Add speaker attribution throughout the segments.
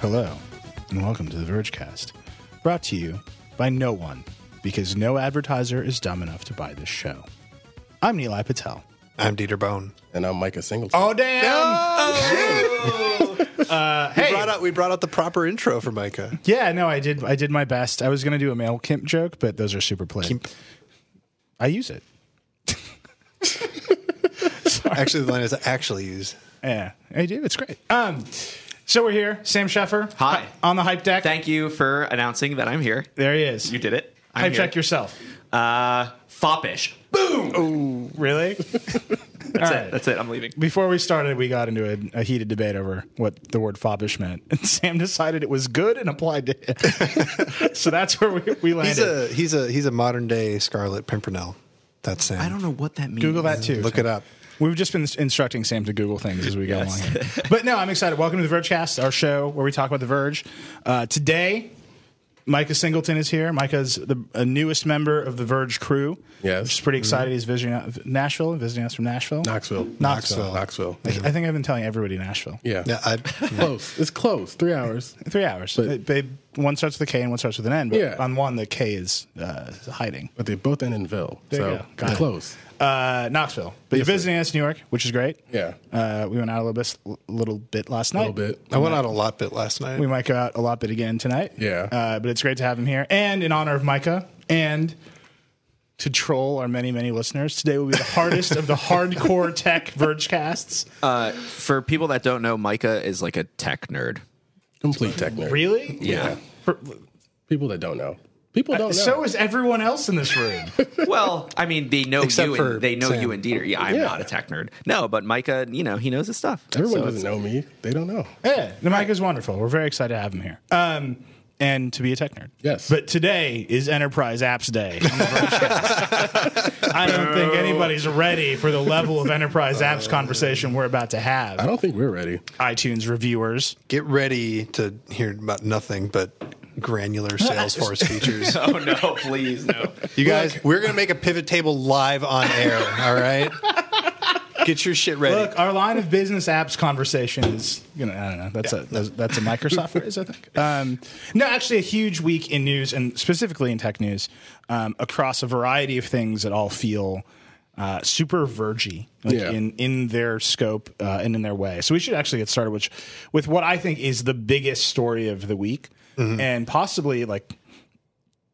Speaker 1: Hello, and welcome to the Vergecast, brought to you by no one, because no advertiser is dumb enough to buy this show. I'm Neil Patel.
Speaker 2: I'm Dieter Bone.
Speaker 3: And I'm Micah Singleton. Oh,
Speaker 1: damn! Uh,
Speaker 2: We, brought out, we brought out the proper intro for Micah.
Speaker 1: Yeah, no, I did. I did my best. I was gonna do a male Kimp joke, but those are super played.
Speaker 2: Kimp.
Speaker 1: I use it.
Speaker 2: Actually, the line is actually used.
Speaker 1: Yeah, I do. It's great. Um, so we're here, Sam Sheffer.
Speaker 4: Hi.
Speaker 1: on the hype deck.
Speaker 4: Thank you for announcing that I'm here.
Speaker 1: there he is.
Speaker 4: You did it. I'm
Speaker 1: Hype
Speaker 4: here.
Speaker 1: check yourself.
Speaker 4: Uh, foppish.
Speaker 1: Really? That's
Speaker 4: That's it. That's it. I'm leaving.
Speaker 1: before we started, we got into a, a heated debate over what the word foppish meant, and Sam decided it was good and applied to it. so that's where we, we landed.
Speaker 2: He's a he's a he's a modern day Scarlet Pimpernel. That's Sam.
Speaker 4: I don't know what that means.
Speaker 1: Google that too.
Speaker 2: Look it up.
Speaker 1: We've just been instructing Sam to Google things as we go along. Here. But no, I'm excited. Welcome to the Vergecast, our show where we talk about the Verge. Uh, today, Micah Singleton is here. Micah's the uh, newest member of the Verge crew.
Speaker 3: Yes. Mm-hmm.
Speaker 1: which is pretty excited. He's visiting uh, Nashville, visiting us from Nashville,
Speaker 3: Knoxville.
Speaker 1: Knoxville.
Speaker 3: Knoxville.
Speaker 1: I, I think I've been telling everybody Nashville.
Speaker 3: Yeah.
Speaker 2: Yeah, I,
Speaker 3: Close. It's close. Three hours.
Speaker 1: Three hours.
Speaker 3: But-
Speaker 1: they, they- one starts with a K and one starts with an N. But
Speaker 3: Yeah.
Speaker 1: on one, the K is uh, hiding.
Speaker 3: But they both end in Ville.
Speaker 1: There you
Speaker 3: so
Speaker 1: go. Got it.
Speaker 3: close.
Speaker 1: Uh, Knoxville. But you're
Speaker 3: sir.
Speaker 1: visiting us, New York, which is great.
Speaker 3: Yeah.
Speaker 1: Uh, we went out a little bit, little bit last
Speaker 3: A
Speaker 1: night.
Speaker 3: little bit.
Speaker 2: I went out a lot bit last night.
Speaker 1: We might go out a lot bit again tonight.
Speaker 3: Yeah.
Speaker 1: Uh, but it's great to have him here. And in honor of Micah and to troll our many, many listeners, today will be the hardest of the hardcore tech verge casts.
Speaker 4: Uh, for people that don't know, Micah is like a tech nerd.
Speaker 3: Complete tech nerd.
Speaker 1: Really?
Speaker 4: Yeah.
Speaker 1: For-
Speaker 3: People that don't know. People don't know.
Speaker 1: so is everyone else in this room.
Speaker 4: well, I mean, they know
Speaker 2: Except
Speaker 4: you.
Speaker 2: for
Speaker 4: And, they know
Speaker 2: Sam.
Speaker 4: you and Dieter. Yeah, I'm
Speaker 3: Yeah.
Speaker 4: not a tech nerd. No, but Micah, you know, he knows his stuff.
Speaker 3: Everyone
Speaker 4: So
Speaker 3: doesn't know me. They don't know.
Speaker 1: Yeah, the mic is wonderful. We're very excited to have him here. Um, and to be a tech nerd.
Speaker 3: Yes.
Speaker 1: But today is Enterprise Apps Day. on the Vergecast. I don't think anybody's ready for the level of Enterprise Apps conversation we're about to
Speaker 3: I
Speaker 1: have.
Speaker 3: don't think we're ready.
Speaker 1: iTunes reviewers.
Speaker 2: Get ready to hear about nothing but granular Salesforce features.
Speaker 4: Oh no! Please no.
Speaker 2: You guys, we're gonna make a pivot table live on air. All right. Get your shit ready.
Speaker 1: Look, our line of business apps conversation is, you know, I don't know. That's a that's, that's a Microsoft phrase, I think. Um, no, actually, a huge week in news and specifically in tech news um, across a variety of things that all feel uh, super vergy like
Speaker 3: Yeah.
Speaker 1: in in their scope uh, and in their way. So we should actually get started with with what I think is the biggest story of the week and possibly like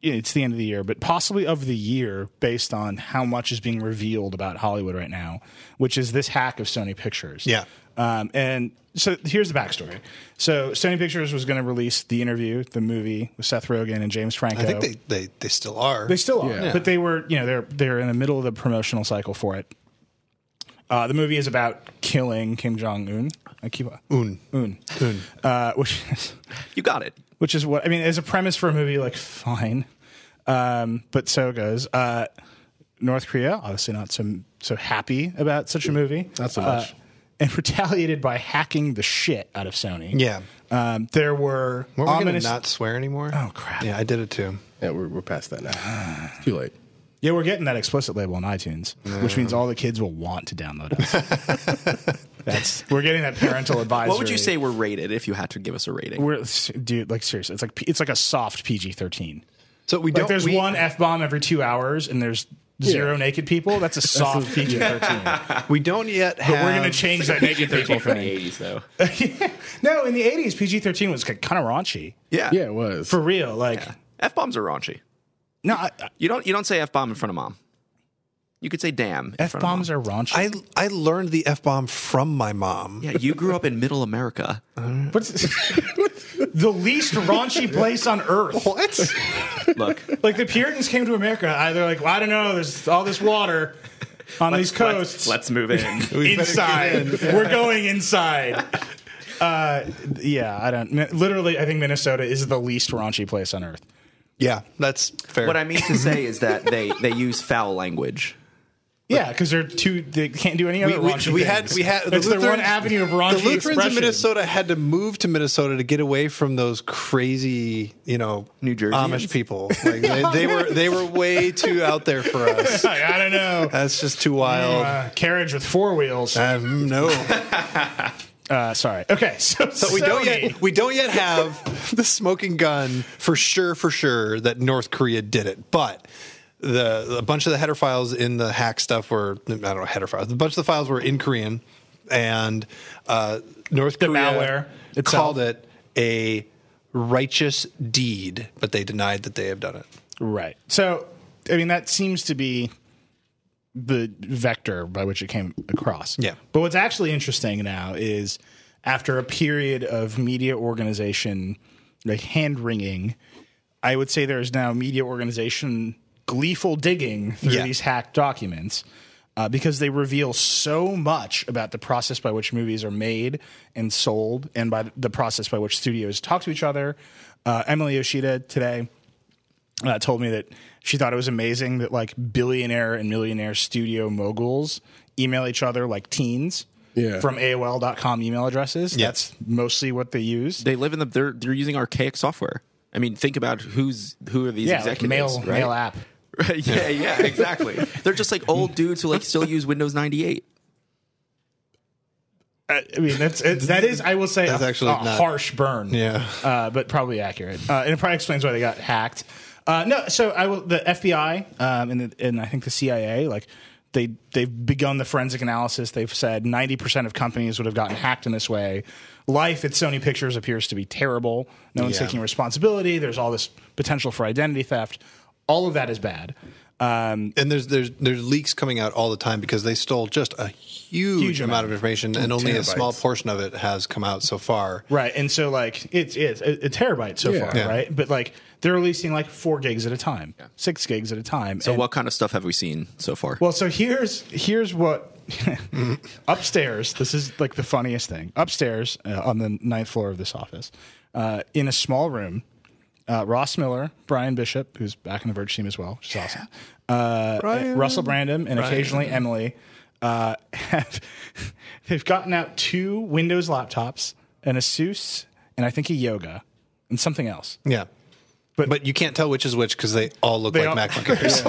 Speaker 1: you know, it's the end of the year, but possibly of the year based on how much is being revealed about Hollywood right now, which is this hack of Sony Pictures.
Speaker 2: Yeah.
Speaker 1: Um, and so here's the backstory. So Sony Pictures was going to release the interview, the movie with Seth Rogen and James Franco.
Speaker 2: I think they, they, they still are.
Speaker 1: They still are,
Speaker 3: Yeah.
Speaker 1: but they were, you know, they're they're in the middle of the promotional cycle for it. Uh, the movie is about killing Kim Jong Un. I keep Un Un Un, uh, which is-
Speaker 4: You got it.
Speaker 1: which is what I mean as a premise for a movie. Like fine, um, but so goes. Uh, North Korea obviously not so so happy about such a movie.
Speaker 3: Not so much.
Speaker 1: Uh, and retaliated by hacking the shit out of Sony.
Speaker 2: Yeah.
Speaker 1: um, there were
Speaker 2: Weren't we
Speaker 1: ominous.
Speaker 2: gonna not swear anymore?
Speaker 1: Oh, crap.
Speaker 2: Yeah, I did it too.
Speaker 3: Yeah, we're, we're past that now. It's Too late.
Speaker 1: yeah, we're getting that explicit label on iTunes, which means all the kids will want to download us. That's we're getting that parental advisory.
Speaker 4: What would you say we're rated if you had to give us a rating?
Speaker 1: We're dude, like seriously, it's like P- it's like a soft PG thirteen.
Speaker 2: So we
Speaker 1: Like
Speaker 2: don't.
Speaker 1: there's
Speaker 2: we-
Speaker 1: one f bomb every two hours, and there's zero
Speaker 3: Yeah.
Speaker 1: naked people. That's a soft PG thirteen.
Speaker 2: We don't yet have.
Speaker 1: We're gonna change that naked people
Speaker 4: from the
Speaker 1: thing.
Speaker 4: 80s though.
Speaker 1: No, in the eighties, PG thirteen was kind of raunchy
Speaker 4: Yeah.
Speaker 3: Yeah, it was.
Speaker 1: for real. Like,
Speaker 4: F bombs are raunchy.
Speaker 1: no, I, I,
Speaker 4: You don't you don't say f bomb in front of mom. You could say damn.
Speaker 1: f bombs are raunchy.
Speaker 2: I I learned the f bomb from my mom.
Speaker 4: Yeah, you grew up in Middle America.
Speaker 1: What's the least raunchy place on earth?
Speaker 2: What?
Speaker 4: Look,
Speaker 1: Like the Puritans came to America, either like, well, I don't know, there's all this water on these coasts.
Speaker 4: let's, let's move in.
Speaker 1: inside. We're going inside. Uh, yeah, I don't. Mi- Literally, I think Minnesota is the least raunchy place on earth.
Speaker 2: yeah, that's fair.
Speaker 4: what I mean to say is that they they use foul language.
Speaker 1: Yeah, because they're too. They can't do any other
Speaker 2: we,
Speaker 1: raunchy.
Speaker 2: we had
Speaker 1: things.
Speaker 2: we had
Speaker 1: It's their one avenue of raunchy
Speaker 2: The Lutherans
Speaker 1: expression.
Speaker 2: in Minnesota had to move to Minnesota to get away from those crazy, you know,
Speaker 4: New Jerseyans?
Speaker 2: Amish people. Like they, they were they were way too out there for us.
Speaker 1: Like, I don't know.
Speaker 2: That's just too wild.
Speaker 1: Uh, carriage with four wheels.
Speaker 2: Um, no,
Speaker 1: Uh, sorry. Okay, so,
Speaker 2: But we don't
Speaker 1: Sony-
Speaker 2: yet we don't yet have the smoking gun for sure for sure that North Korea did it. But the a bunch of the header files in the hack stuff were I don't know header files. A bunch of the files were in Korean, and uh, North
Speaker 1: The
Speaker 2: Korea
Speaker 1: malware itself.
Speaker 2: called it a righteous deed, but they denied that they have done it.
Speaker 1: Right. So, I mean, that seems to be the vector by which it came across.
Speaker 2: Yeah.
Speaker 1: But what's actually interesting now is after a period of media organization, like hand wringing, I would say there is now media organization gleeful digging through
Speaker 2: Yeah.
Speaker 1: these hacked documents. Uh, because they reveal so much about the process by which movies are made and sold, and by the process by which studios talk to each other. Uh, Emily Yoshida today uh, told me that she thought it was amazing that like billionaire and millionaire studio moguls email each other like teens
Speaker 3: Yeah.
Speaker 1: from AOL.com email addresses.
Speaker 2: Yeah.
Speaker 1: That's mostly what they use.
Speaker 4: They live in the they're they're using archaic software. I mean, think about who's who are these
Speaker 1: yeah, like
Speaker 4: executives?
Speaker 1: mail,
Speaker 4: right?
Speaker 1: mail app.
Speaker 4: Right, yeah, yeah, exactly. They're just like old dudes who like still use Windows 98.
Speaker 1: I I mean, that's it, that is I will say
Speaker 2: That's
Speaker 1: a,
Speaker 2: actually
Speaker 1: a
Speaker 2: not-
Speaker 1: harsh burn.
Speaker 2: Yeah.
Speaker 1: uh, but probably accurate, uh, and it probably explains why they got hacked. Uh, no, so I will. The FBI um, and the, and I think the CIA, like they they've begun the forensic analysis. They've said ninety percent of companies would have gotten hacked in this way. Life at Sony Pictures appears to be terrible. No one's
Speaker 2: Yeah.
Speaker 1: taking responsibility. There's all this potential for identity theft. All of that is bad. Um,
Speaker 2: And there's there's there's leaks coming out all the time because they stole just a huge,
Speaker 1: Huge
Speaker 2: amount
Speaker 1: amount.
Speaker 2: of information, and only a small
Speaker 3: Terabytes.
Speaker 2: portion of it has come out so far.
Speaker 1: Right, and so like it's it's a, a terabyte so
Speaker 3: Yeah.
Speaker 1: far,
Speaker 3: Yeah.
Speaker 1: right? But like they're releasing like four gigs at a time, six gigs at a time.
Speaker 4: So
Speaker 1: And-
Speaker 4: what kind of stuff have we seen so far?
Speaker 1: Well, so here's here's what upstairs. This is like the funniest thing. Upstairs uh, on the ninth floor of this office, uh, in a small room, uh, Ross Miller, Brian Bishop, who's back in the Verge team as well, which is awesome. Uh, Russell Brandom, and occasionally Emily uh, have they've gotten out two Windows laptops, an Asus, and I think a Yoga, and something else.
Speaker 2: Yeah. But, but you can't tell which is which because they all look
Speaker 1: They
Speaker 2: like
Speaker 1: all-
Speaker 2: MacBook Airs.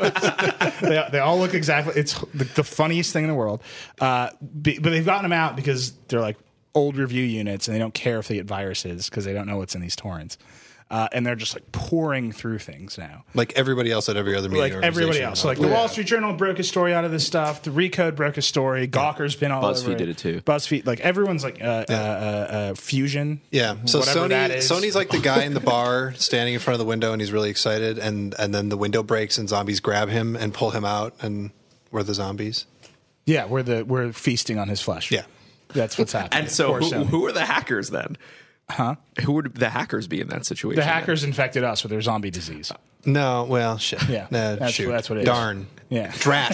Speaker 1: they, they all look exactly. It's the, the funniest thing in the world. Uh, be- but they've gotten them out because they're like old review units, and they don't care if they get viruses because they don't know what's in these torrents. Uh, and they're just like pouring through things now,
Speaker 2: like everybody else at every other media.
Speaker 1: like everybody
Speaker 2: organization.
Speaker 1: else. So, like the Wall Street Journal broke a story out of this stuff. The Recode broke a story. Gawker's been all
Speaker 4: BuzzFeed
Speaker 1: over
Speaker 4: did it too.
Speaker 1: BuzzFeed, like everyone's like uh, uh, uh, uh, Fusion.
Speaker 2: yeah. So
Speaker 1: whatever
Speaker 2: Sony,
Speaker 1: that is.
Speaker 2: Sony's like the guy in the bar standing in front of the window, and he's really excited, and and then the window breaks, and zombies grab him and pull him out, and we're the zombies.
Speaker 1: yeah, we're the we're feasting on his flesh.
Speaker 2: Yeah.
Speaker 1: that's what's happening.
Speaker 4: and so
Speaker 1: Poor
Speaker 4: who,
Speaker 1: Sony.
Speaker 4: who are the hackers then? Huh? Who would the hackers be in that situation?
Speaker 1: the
Speaker 4: then?
Speaker 1: hackers infected us with their zombie disease.
Speaker 2: No, well, shit.
Speaker 1: Yeah.
Speaker 2: no,
Speaker 1: That's-
Speaker 2: shoot.
Speaker 1: that's what it is.
Speaker 2: Darn.
Speaker 1: Yeah.
Speaker 2: Drat.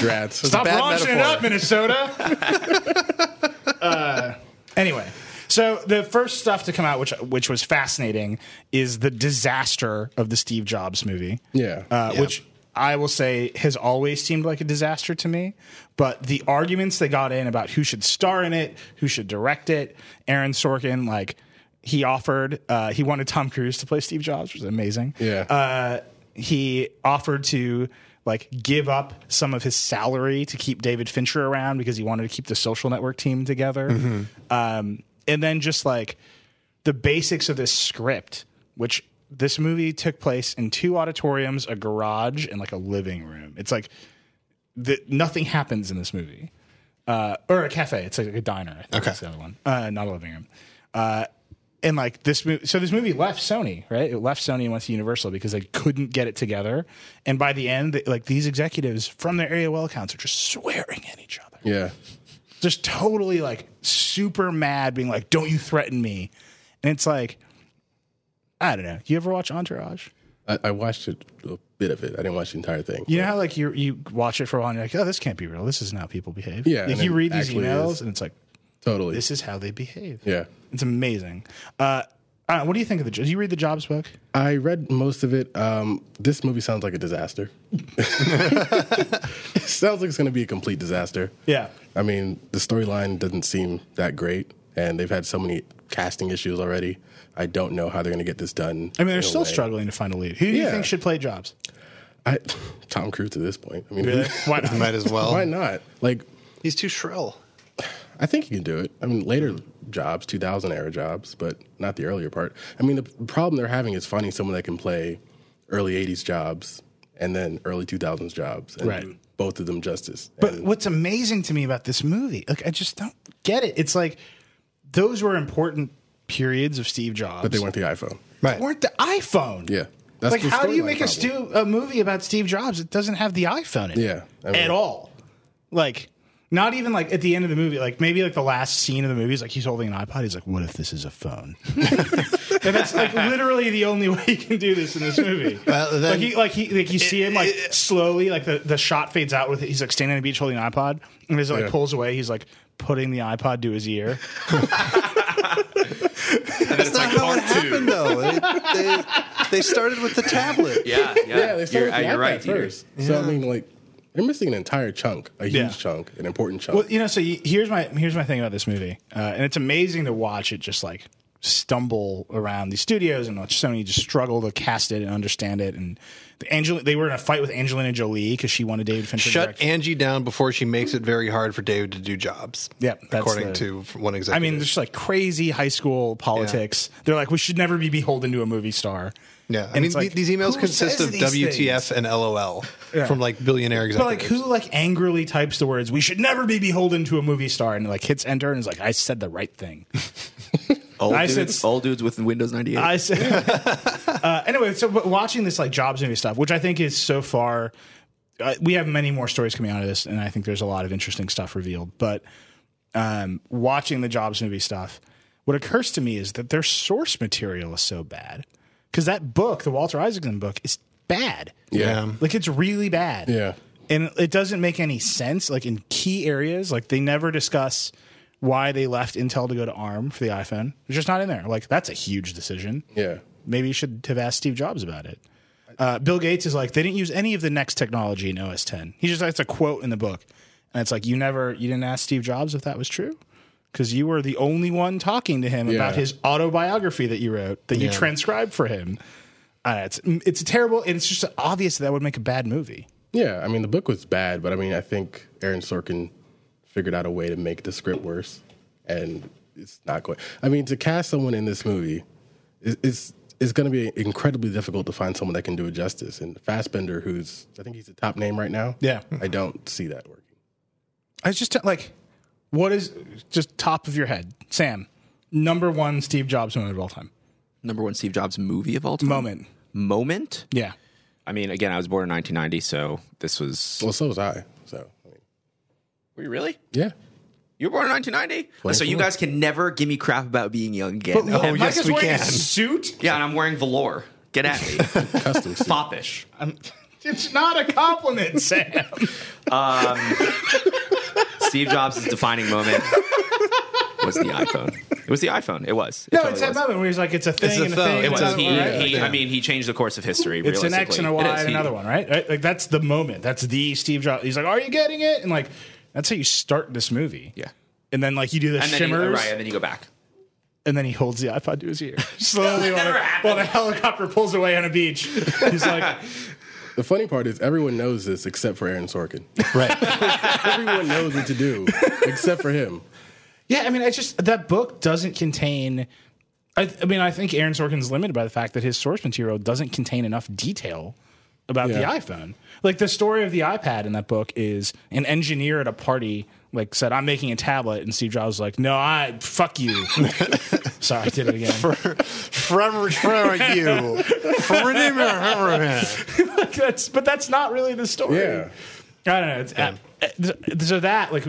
Speaker 3: Drats.
Speaker 1: Stop
Speaker 2: bad
Speaker 1: launching
Speaker 2: metaphor.
Speaker 1: it up, Minnesota. uh, anyway, so the first stuff to come out, which which was fascinating, is the disaster of the Steve Jobs movie.
Speaker 3: Yeah.
Speaker 1: uh, which I will say has always seemed like a disaster to me. But the arguments they got in about who should star in it, who should direct it, Aaron Sorkin, like. He offered. Uh, he wanted Tom Cruise to play Steve Jobs, which is amazing
Speaker 3: Yeah.
Speaker 1: uh, he offered to like give up some of his salary to keep David Fincher around because he wanted to keep the social network team together. Um, and then just like the basics of this script, which this movie took place in two auditoriums, a garage, and like a living room. It's like the, nothing happens in this movie. Uh, or a cafe. It's like a diner. I think that's the other one. Uh, not a living room. Uh, and like this movie, so this movie left Sony, right? It left Sony and went to Universal because they couldn't get it together. And by the end, they- like these executives from their AOL accounts are just swearing at each other,
Speaker 3: yeah.
Speaker 1: just totally like super mad, being like, "Don't you threaten me?" And it's like, I don't know. You ever watch Entourage?
Speaker 3: I, I watched it, a bit of it. I didn't watch the entire thing.
Speaker 1: You know how like you you watch it for a while and you're like, "Oh, this can't be real. This isn't how people behave."
Speaker 3: Yeah,
Speaker 1: Like,
Speaker 3: and
Speaker 1: you
Speaker 3: it
Speaker 1: read these
Speaker 3: actually
Speaker 1: emails
Speaker 3: is.
Speaker 1: and it's like,
Speaker 3: Totally.
Speaker 1: "This is how they behave."
Speaker 3: yeah.
Speaker 1: It's amazing. Uh, uh, what do you think of the? Did you read the Jobs book?
Speaker 3: I read most of it. Um, this movie sounds like a disaster. it sounds like it's going to be a complete disaster.
Speaker 1: Yeah.
Speaker 3: I mean, the storyline doesn't seem that great, and they've had so many casting issues already. I don't know how they're going to get this done.
Speaker 1: I mean, they're
Speaker 3: in a
Speaker 1: still
Speaker 3: way.
Speaker 1: struggling to find a lead. Who do you
Speaker 3: Yeah.
Speaker 1: think should play Jobs?
Speaker 3: I, Tom Cruise at this point. I mean,
Speaker 1: Why not?
Speaker 2: Might as well.
Speaker 3: why not? Like,
Speaker 2: He's too shrill.
Speaker 3: I think you can do it. I mean, later jobs, 2000 era jobs, but not the earlier part. I mean, the p- problem they're having is finding someone that can play early 80s jobs and then early 2000s jobs and
Speaker 1: Right.
Speaker 3: do both of them justice.
Speaker 1: But what's amazing to me about this movie, like I just don't get it. It's like those were important periods of Steve Jobs.
Speaker 3: but they weren't the iPhone.
Speaker 2: Right.
Speaker 1: weren't the iPhone.
Speaker 3: Yeah. That's
Speaker 1: like
Speaker 3: the
Speaker 1: how do you
Speaker 3: storyline
Speaker 1: make a, stu- a movie about Steve Jobs that doesn't have the iPhone in it?
Speaker 3: Yeah, I mean-
Speaker 1: at all. Like not even like at the end of the movie, like maybe like the last scene of the movie is like he's holding an iPod. He's like, "What if this is a phone?" and that's like literally the only way you can do this in this movie.
Speaker 2: Well, then-
Speaker 1: like he, like he, like you see him like slowly, like the, the shot fades out with he's like standing on a beach holding an iPod, and as it like
Speaker 3: Yeah.
Speaker 1: pulls away, he's like putting the iPod to his ear.
Speaker 4: That's
Speaker 2: That's not how it happened, though. Oh, They, they, they started with the tablet.
Speaker 4: Yeah, yeah.
Speaker 3: Yeah, they
Speaker 4: you're,
Speaker 3: started with the
Speaker 4: you're
Speaker 3: iPad
Speaker 4: right, Peter.
Speaker 3: first. So I mean, like they're missing an entire chunk, a huge
Speaker 1: Yeah.
Speaker 3: chunk, an important chunk.
Speaker 1: Well, you know, so you, here's my here's my thing about this movie, uh, and it's amazing to watch it just like stumble around these studios and watch Sony just struggle to cast it and understand it. And the Angel, they were in a fight with Angelina Jolie because she wanted David Fincher. to
Speaker 2: Shut
Speaker 1: direct-
Speaker 2: Angie down before she makes it very hard for David to do jobs.
Speaker 1: Yep, that's
Speaker 2: according
Speaker 1: the-
Speaker 2: to one
Speaker 1: I
Speaker 2: executive.
Speaker 1: mean, there's like crazy high school politics. They're like, we should never be beholden to a movie star.
Speaker 2: yeah. I
Speaker 1: And
Speaker 2: mean,
Speaker 1: it's like,
Speaker 2: these emails
Speaker 1: who
Speaker 2: consist
Speaker 1: says
Speaker 2: of
Speaker 1: these
Speaker 2: WTF
Speaker 1: things?
Speaker 2: and LOL from like billionaire
Speaker 1: But like,
Speaker 2: executives.
Speaker 1: who like angrily types the words "we should never be beholden to a movie star" and like hits enter and is like, "I said the right thing."
Speaker 4: All
Speaker 1: I said-
Speaker 4: dudes, all dudes with Windows 98.
Speaker 1: I see. uh, anyway, so but watching this like jobs movie stuff, which I think is so far, uh, we have many more stories coming out of this, and I think there's a lot of interesting stuff revealed. But um, watching the jobs movie stuff, what occurs to me is that their source material is so bad because that book, the Walter Isaacson book, is bad.
Speaker 3: yeah.
Speaker 1: Like it's really bad.
Speaker 3: Yeah.
Speaker 1: And it doesn't make any sense. Like in key areas, like they never discuss why they left Intel to go to ARM for the iPhone. It's just not in there. Like that's a huge decision.
Speaker 3: Yeah.
Speaker 1: Maybe you should have asked Steve Jobs about it. Uh, Bill Gates is like, they didn't use any of the next technology in OS 10. He just, it's a quote in the book. And it's like, you never, you didn't ask Steve Jobs if that was true. Cause you were the only one talking to him about
Speaker 3: Yeah.
Speaker 1: his autobiography that you wrote, that you transcribed for him. Uh, it's, it's terrible. And it's just obvious that, that would make a bad movie.
Speaker 3: Yeah, I mean the book was bad, but I mean I think Aaron Sorkin figured out a way to make the script worse, and it's not going. I mean to cast someone in this movie is is is going to be incredibly difficult to find someone that can do it justice. And Fassbender, who's I think he's the top name right now.
Speaker 1: Yeah.
Speaker 3: I don't see that working.
Speaker 1: I was just like, what is just top of your head, Sam, number one Steve Jobs moment of all time
Speaker 4: Number one Steve Jobs movie of all time.
Speaker 1: moment.
Speaker 4: Moment?
Speaker 1: Yeah.
Speaker 5: I mean, again, I was born in 1990, so this was.
Speaker 3: Well, so was I. So I mean,
Speaker 4: Were you really?
Speaker 3: yeah,
Speaker 4: You were born in 1990? So you guys can never give me crap about being young again. Oh,
Speaker 1: But
Speaker 4: Okay.
Speaker 1: Mike
Speaker 2: Oh, yes,
Speaker 1: is
Speaker 2: we
Speaker 1: wearing a
Speaker 2: can.
Speaker 1: suit.
Speaker 4: Yeah, and I'm wearing velour. Get at me.
Speaker 3: custom. suit.
Speaker 4: Foppish.
Speaker 1: I'm- it's not a compliment, Sam.
Speaker 4: Steve Jobs' defining moment was the iPhone. It was the iPhone. It was. It
Speaker 1: no,
Speaker 4: totally
Speaker 1: it's that
Speaker 4: was.
Speaker 1: moment where he's like, it's a thing
Speaker 2: a
Speaker 1: and a
Speaker 2: thing.
Speaker 1: thing.
Speaker 4: It was.
Speaker 1: It's,
Speaker 4: He,
Speaker 1: a- all right.
Speaker 4: he, I mean, he changed the course of history.
Speaker 1: It's an X and a Y
Speaker 4: realistically. It is.
Speaker 1: and
Speaker 4: He-
Speaker 1: another one, right? right? Like that's the moment. That's the Steve Jobs. He's like, are you getting it? And like, that's how you start this movie.
Speaker 4: Yeah.
Speaker 1: And then like you do the
Speaker 4: And then, you,
Speaker 1: shimmers,
Speaker 4: right, and then you go back.
Speaker 1: and then he holds the iPod to his ear slowly while,
Speaker 4: never
Speaker 1: the-
Speaker 4: happened.
Speaker 1: while the helicopter pulls away on a beach. He's like,
Speaker 3: The funny part is everyone knows this except for Aaron Sorkin.
Speaker 2: right?
Speaker 3: everyone knows what to do except for him.
Speaker 1: Yeah, I mean, it's just that book doesn't contain. I, I mean, I think Aaron Sorkin's limited by the fact that his source material doesn't contain enough detail about the
Speaker 3: Yeah.
Speaker 1: iPhone. Like the story of the iPad in that book is an engineer at a party like said, "I'm making a tablet," and Steve Jobs was like, "No, I fuck you." Sorry, I did it again.
Speaker 2: from from you. From-
Speaker 1: that's, but that's not really the story.
Speaker 3: Yeah.
Speaker 1: I don't know. It's, uh, uh, so that, like,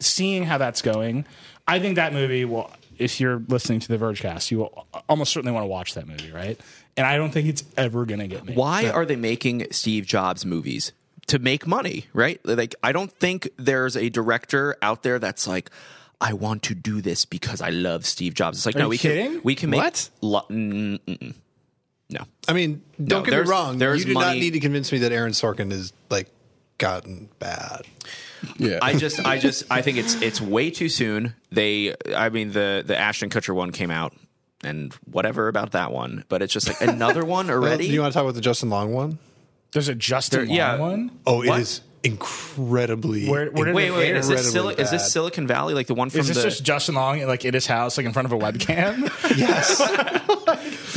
Speaker 1: seeing how that's going, I think that movie will. If you're listening to the Verge cast, you will almost certainly want to watch that movie, right? And I don't think it's ever going to get me.
Speaker 4: Why are they making Steve Jobs movies? To make money, right? Like, I don't think there's a director out there that's like, I want to do this because I love Steve Jobs. It's like, no,
Speaker 1: you
Speaker 4: we
Speaker 1: kidding?
Speaker 4: can we can make
Speaker 2: What?
Speaker 4: lo- mm, mm, mm. no.
Speaker 2: I mean, don't get
Speaker 4: there's-
Speaker 2: me wrong.
Speaker 4: there's
Speaker 2: You do not
Speaker 4: money-
Speaker 2: need to convince me that Aaron Sorkin is like gotten bad.
Speaker 3: Yeah.
Speaker 4: I just, I just, I think it's it's way too soon. They, I mean, the the Ashton Kutcher one came out, and whatever about that one, but it's just like another one
Speaker 2: Well,
Speaker 4: already.
Speaker 2: you want to talk about the Justin Long one?
Speaker 1: There's a Justin
Speaker 4: There- yeah.
Speaker 1: Long one.
Speaker 2: Oh,
Speaker 4: What?
Speaker 2: it is. incredibly.
Speaker 1: Where- where did
Speaker 4: Wait, wait, is this,
Speaker 2: incredibly
Speaker 4: Sili- is
Speaker 2: bad.
Speaker 4: this Silicon Valley, like the one from
Speaker 1: Is this
Speaker 4: the?
Speaker 1: just Justin Long like in his house, like in front of a webcam,
Speaker 2: yes,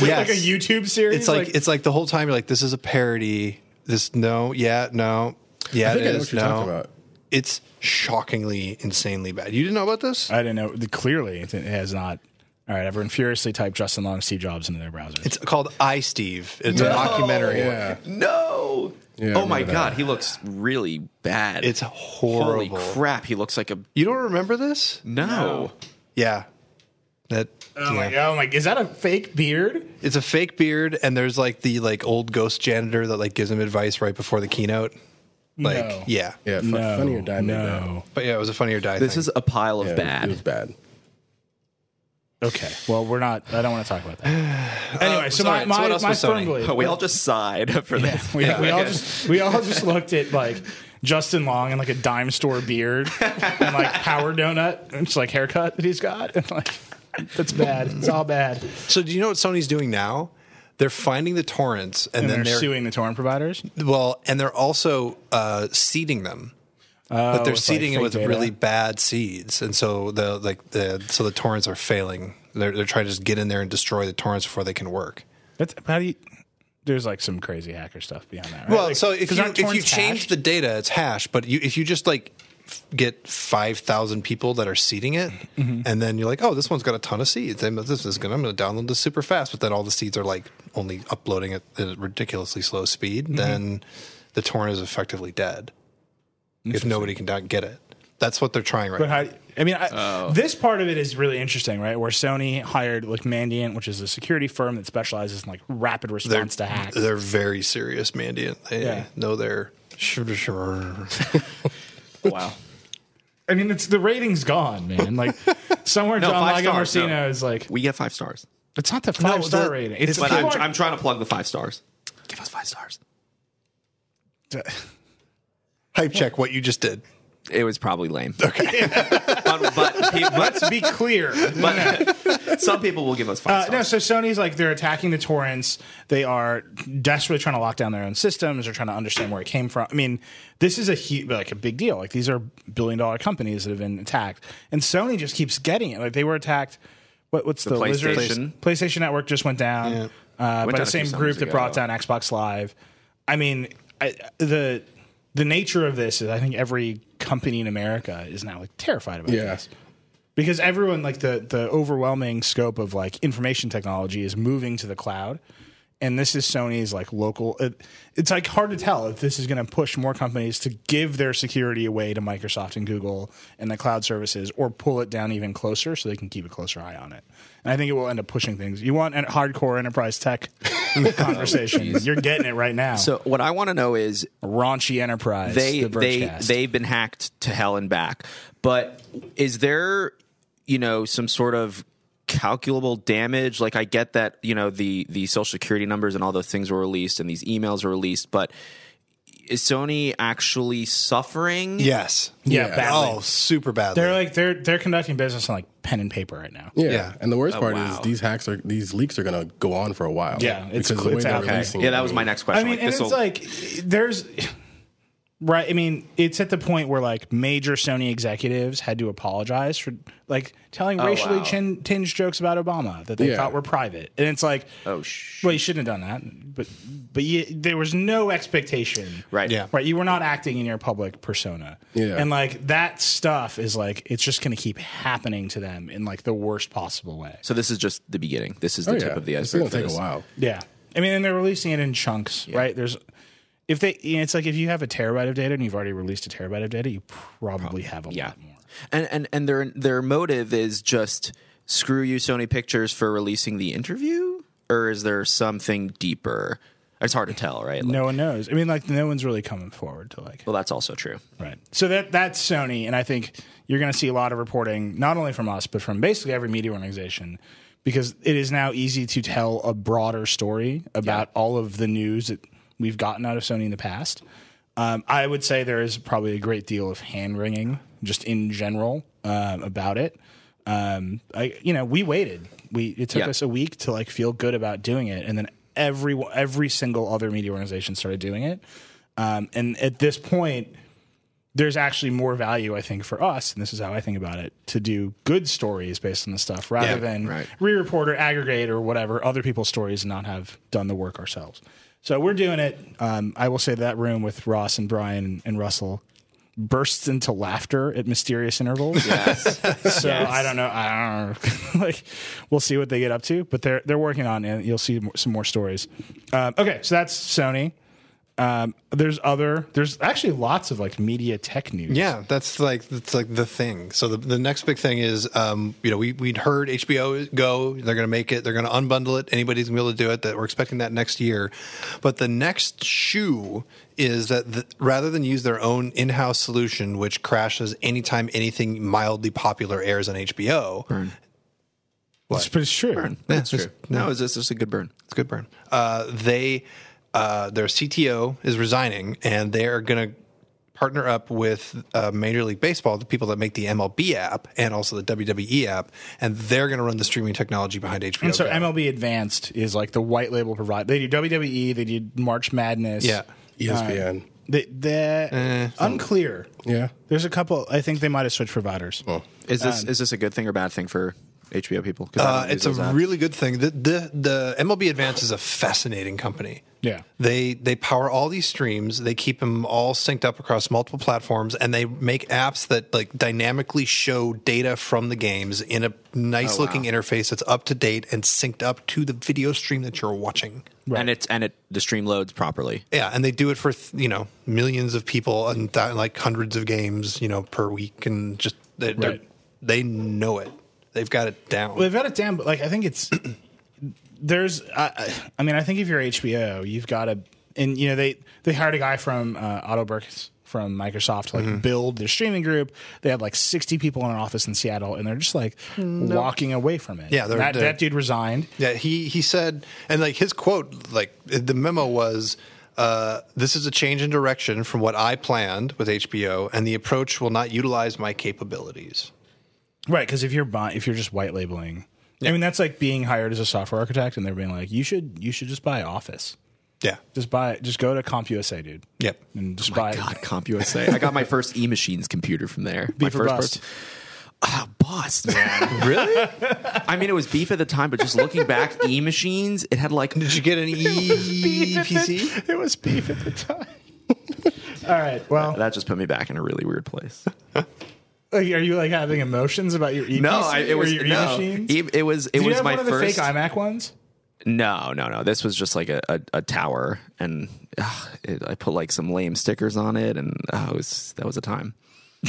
Speaker 2: yes.
Speaker 1: like a YouTube series?
Speaker 2: It's like, it's like the whole time you're like, this is a parody. This no, yeah, no, yeah,
Speaker 3: I think
Speaker 2: it
Speaker 3: I know
Speaker 2: is,
Speaker 3: what you're
Speaker 2: no.
Speaker 3: talking about.
Speaker 2: It's shockingly, insanely bad. You didn't know about this?
Speaker 1: I didn't know. the- Clearly, it has not. All right, everyone furiously typed Justin Long, Steve Jobs into their browsers.
Speaker 2: It's called I Steve. It's a mockumentary.
Speaker 3: Yeah.
Speaker 4: no.
Speaker 3: Yeah, I
Speaker 4: oh my
Speaker 3: remember
Speaker 4: god,
Speaker 3: that.
Speaker 4: he looks really bad.
Speaker 2: It's
Speaker 4: holy
Speaker 2: horrible.
Speaker 4: crap. He looks like a
Speaker 2: You don't remember this?
Speaker 4: no.
Speaker 2: Yeah. That
Speaker 1: oh my
Speaker 2: yeah.
Speaker 1: god! Oh my, is that a fake beard?
Speaker 2: It's a fake beard, and there's like the like old ghost janitor that like gives him advice right before the keynote. Like,
Speaker 1: No.
Speaker 2: yeah,
Speaker 3: Yeah. F-
Speaker 1: No,
Speaker 3: funny or die. made that.
Speaker 1: no.
Speaker 2: But yeah, it was a funny or die.
Speaker 4: This is a pile of
Speaker 3: Yeah,
Speaker 4: bad.
Speaker 3: It was bad.
Speaker 1: Okay. Well, we're not. I don't want to talk about that. Anyway, so
Speaker 2: Uh, sorry,
Speaker 1: my,
Speaker 2: so
Speaker 1: my,
Speaker 2: what else
Speaker 1: my
Speaker 2: was Oh,
Speaker 1: firm
Speaker 2: Sony?
Speaker 1: belief.
Speaker 4: we all just sighed for
Speaker 1: Yeah,
Speaker 4: this.
Speaker 1: we, we all
Speaker 4: Okay.
Speaker 1: just we all just looked at like Justin Long and like a dime store beard and like power donut and just like haircut that he's got and like that's bad. It's all bad.
Speaker 2: so. Do you know what Sony's doing now? They're finding the torrents, and,
Speaker 1: And
Speaker 2: then
Speaker 1: they're,
Speaker 2: they're,
Speaker 1: suing the torrent providers.
Speaker 2: well, and they're also uh, seeding them. but they're
Speaker 1: Oh, Uh, with, like,
Speaker 2: seeding
Speaker 1: fake
Speaker 2: it with
Speaker 1: data?
Speaker 2: really bad seeds, and so the like the so the torrents are failing. They're they're trying to just get in there and destroy the torrents before they can work.
Speaker 1: That's how do you, there's like some crazy hacker stuff beyond that. Right?
Speaker 2: Well,
Speaker 1: Like,
Speaker 2: so if
Speaker 1: 'cause
Speaker 2: you
Speaker 1: aren't
Speaker 2: if
Speaker 1: torrents
Speaker 2: you change
Speaker 1: hashed?
Speaker 2: the data, it's hash. But you if you just like f- get five thousand people that are seeding it,
Speaker 1: Mm-hmm.
Speaker 2: and then you're like, oh, this one's got a ton of seeds. Then This is gonna I'm gonna download this super fast. But then all the seeds are like only uploading at at a ridiculously slow speed.
Speaker 1: Mm-hmm.
Speaker 2: Then the torrent is effectively dead if nobody can down- get it. That's what they're trying right
Speaker 1: But
Speaker 2: now.
Speaker 1: how, I mean, I,
Speaker 4: Oh.
Speaker 1: this part of it is really interesting, right? Where Sony hired like Mandiant, which is a security firm that specializes in like rapid response to hacks.
Speaker 2: They're very serious, Mandiant. They
Speaker 1: Yeah.
Speaker 2: know they're sure, sure.
Speaker 4: Oh, wow.
Speaker 1: I mean, it's the rating's gone, man. Like somewhere, John
Speaker 4: five
Speaker 1: Lago
Speaker 4: stars, no.
Speaker 1: Marcino is like,
Speaker 4: We get five stars.
Speaker 1: it's not the five star
Speaker 2: that-
Speaker 1: rating. It's,
Speaker 4: But
Speaker 1: people
Speaker 4: I'm,
Speaker 1: are-
Speaker 4: I'm trying to plug the five stars. Give us five stars.
Speaker 2: Hype check what you just did.
Speaker 4: It was probably lame. Okay. but, but, pe- but,
Speaker 1: to be clear.
Speaker 4: but some people will give us
Speaker 1: Uh,
Speaker 4: five
Speaker 1: no,
Speaker 4: stars.
Speaker 1: so Sony's like they're attacking the torrents. They are desperately trying to lock down their own systems. They're trying to understand where it came from. I mean, this is a huge, like a big deal. Like these are billion dollar companies that have been attacked, and Sony just keeps getting it. Like they were attacked. What, what's the, Lizard-
Speaker 4: PlayStation.
Speaker 1: PlayStation Network just went down uh, by
Speaker 4: down a
Speaker 1: the
Speaker 4: few
Speaker 1: same group
Speaker 4: summers
Speaker 1: that brought
Speaker 4: ago.
Speaker 1: down Xbox Live. I mean, I, the the nature of this is I think every company in America is now like terrified about
Speaker 3: Yeah.
Speaker 1: this because everyone like the the overwhelming scope of like information technology is moving to the cloud and this is sony's like local it, it's like hard to tell if this is going to push more companies to give their security away to microsoft and google and the cloud services or pull it down even closer so they can keep a closer eye on it and i think it will end up pushing things you want a hardcore enterprise tech conversation you're getting it right now
Speaker 4: So what I want to know is
Speaker 1: raunchy enterprise
Speaker 4: they
Speaker 1: the
Speaker 4: they
Speaker 1: Vergecast.
Speaker 4: they've been hacked to hell and back. But is there you know some sort of calculable damage? Like I get that you know the the social security numbers and all those things were released and these emails were released, but is Sony actually suffering?
Speaker 2: Yes.
Speaker 1: yeah, badly.
Speaker 2: Oh, super badly.
Speaker 1: they're like they're they're conducting business on like pen and paper right now
Speaker 3: Yeah.
Speaker 2: Yeah.
Speaker 3: And the worst part
Speaker 4: wow.
Speaker 3: is these hacks are these leaks are gonna go on for a while.
Speaker 1: Yeah, it's
Speaker 3: because
Speaker 1: cl-
Speaker 3: the way
Speaker 1: it's
Speaker 3: they're
Speaker 1: out there.
Speaker 3: releasing
Speaker 4: Yeah,
Speaker 3: it,
Speaker 4: that was my next question.
Speaker 1: I mean,
Speaker 4: Like,
Speaker 1: and it's
Speaker 4: this'll-
Speaker 1: like there's right. I mean, it's at the point where like major Sony executives had to apologize for like telling racially
Speaker 4: Oh, wow.
Speaker 1: chin- tinged jokes about Obama that they
Speaker 3: Yeah.
Speaker 1: thought were private, and it's like,
Speaker 4: oh sh-
Speaker 1: well, you shouldn't have done that. But but you, there was no expectation,
Speaker 4: right.
Speaker 2: Yeah.
Speaker 1: Right, you were not acting in your public persona,
Speaker 3: Yeah.
Speaker 1: and like that stuff is like it's just going to keep happening to them in like the worst possible way.
Speaker 4: So this is just the beginning. This is the
Speaker 3: Oh,
Speaker 4: tip
Speaker 3: yeah.
Speaker 4: of the
Speaker 3: it's
Speaker 4: iceberg.
Speaker 3: gonna
Speaker 4: for
Speaker 3: take a
Speaker 4: this.
Speaker 3: while.
Speaker 1: Yeah. I mean, and they're releasing it in chunks, right? There's if they you know, it's like if you have a terabyte of data and you've already released a terabyte of data, you probably have a
Speaker 4: Yeah.
Speaker 1: lot more.
Speaker 4: And and and their their motive is just screw you Sony Pictures for releasing the interview or is there something deeper? It's hard to tell, right? Like-
Speaker 1: No one knows. I mean, like no one's really coming forward to like
Speaker 4: Well, that's also true.
Speaker 1: right. So that that's Sony, and I think you're going to see a lot of reporting not only from us but from basically every media organization because it is now easy to tell a broader story about all of the news that we've gotten out of Sony in the past. Um, I would say there is probably a great deal of hand wringing just in general um, about it. Um, I, you know, we waited. We it took
Speaker 4: Yeah.
Speaker 1: us a week to like feel good about doing it, and then every every single other media organization started doing it. Um, and at this point, there's actually more value, I think, for us, and this is how I think about it, to do good stories based on this stuff rather
Speaker 2: Yeah,
Speaker 1: than
Speaker 4: right.
Speaker 1: re-report or aggregate or whatever other people's stories and not have done the work ourselves. So we're doing it. Um, I will say that room with Ross and Brian and Russell bursts into laughter at mysterious intervals.
Speaker 4: Yes.
Speaker 1: So I don't know. I don't know. like we'll see what they get up to, but they're they're working on it. You'll see more, some more stories. Um, okay, so that's Sony. Um, there's other. There's actually lots of like media tech news.
Speaker 2: Yeah, that's like that's like the thing. So the, the next big thing is, um, you know, we we'd heard HBO go. They're going to make it. They're going to unbundle it. Anybody's going to be able to do it. That we're expecting that next year. But the next shoe is that the, rather than use their own in-house solution, which crashes anytime anything mildly popular airs on HBO,
Speaker 1: it's pretty true.
Speaker 4: That's true. No, it's just, it's just a good burn.
Speaker 2: It's good burn. Uh, they, uh, their CTO is resigning, and they are going to partner up with uh, Major League Baseball, the people that make the MLB app and also the WWE app, and they're going to run the streaming technology behind HBO.
Speaker 1: And so
Speaker 2: Go.
Speaker 1: MLB Advanced is like the white label provider. They do WWE. They do March Madness.
Speaker 2: Yeah.
Speaker 3: E
Speaker 2: Eh,
Speaker 3: ESPN.
Speaker 1: They, they're unclear.
Speaker 3: yeah.
Speaker 1: There's a couple. I think they might have switched providers.
Speaker 2: Oh.
Speaker 4: Is this is this a good thing or bad thing for HBO people? 'Cause I
Speaker 2: Um, Uh,
Speaker 4: don't use
Speaker 2: it's a
Speaker 4: those apps.
Speaker 2: really good thing. The, the the MLB Advance is a fascinating company.
Speaker 1: Yeah.
Speaker 2: They they power all these streams. They keep them all synced up across multiple platforms, and they make apps that like dynamically show data from the games in a nice looking interface that's up to date and synced up to the video stream that you're watching.
Speaker 4: and it's and it the stream loads properly.
Speaker 2: Yeah, and they do it for th- you know millions of people and th- like hundreds of games you know per week, and just they they're-
Speaker 1: Right.
Speaker 2: they know it. They've got it down.
Speaker 1: Well, they've got it down, but like I think it's there's. I, I- I mean, I think if you're HBO, you've got to, and you know they they hired a guy from uh, Otto Burks from Microsoft to like
Speaker 2: Mm-hmm.
Speaker 1: build their streaming group. They had like 60 people in an office in Seattle, and they're just like walking away from it.
Speaker 2: Yeah, they're-
Speaker 1: that,
Speaker 2: they're-
Speaker 1: that dude resigned.
Speaker 2: Yeah, he he said, and like his quote, like the memo was, uh, "This is a change in direction from what I planned with HBO, and the approach will not utilize my capabilities."
Speaker 1: Right, because if you're buy, if you're just white labeling, I mean that's like being hired as a software architect, and they're being like, you should you should just buy Office,
Speaker 2: Yeah.
Speaker 1: just buy just go to CompUSA, dude.
Speaker 2: Yep.
Speaker 1: and just buy.
Speaker 4: God, CompUSA. I got my first e-machines computer from there. my
Speaker 1: for
Speaker 4: first
Speaker 1: bust.
Speaker 4: Ah, bust, man.
Speaker 2: Really?
Speaker 4: I mean, it was beef at the time, but just looking back, e-machines, it had like
Speaker 2: Did you get E an
Speaker 1: E
Speaker 2: EPC?
Speaker 1: It was beef at the time. All right. Well,
Speaker 4: that just put me back in a really weird place.
Speaker 1: Like, are you like having emotions about your EPC
Speaker 4: No, I, it was
Speaker 1: or your
Speaker 4: no,
Speaker 1: e-machines?
Speaker 4: E- it was it
Speaker 1: Did you
Speaker 4: was
Speaker 1: have
Speaker 4: my
Speaker 1: one of
Speaker 4: first.
Speaker 1: the fake iMac ones?
Speaker 4: No, no, no. This was just like a, a, a tower, and ugh, it, I put like some lame stickers on it, and uh, it was that was a time.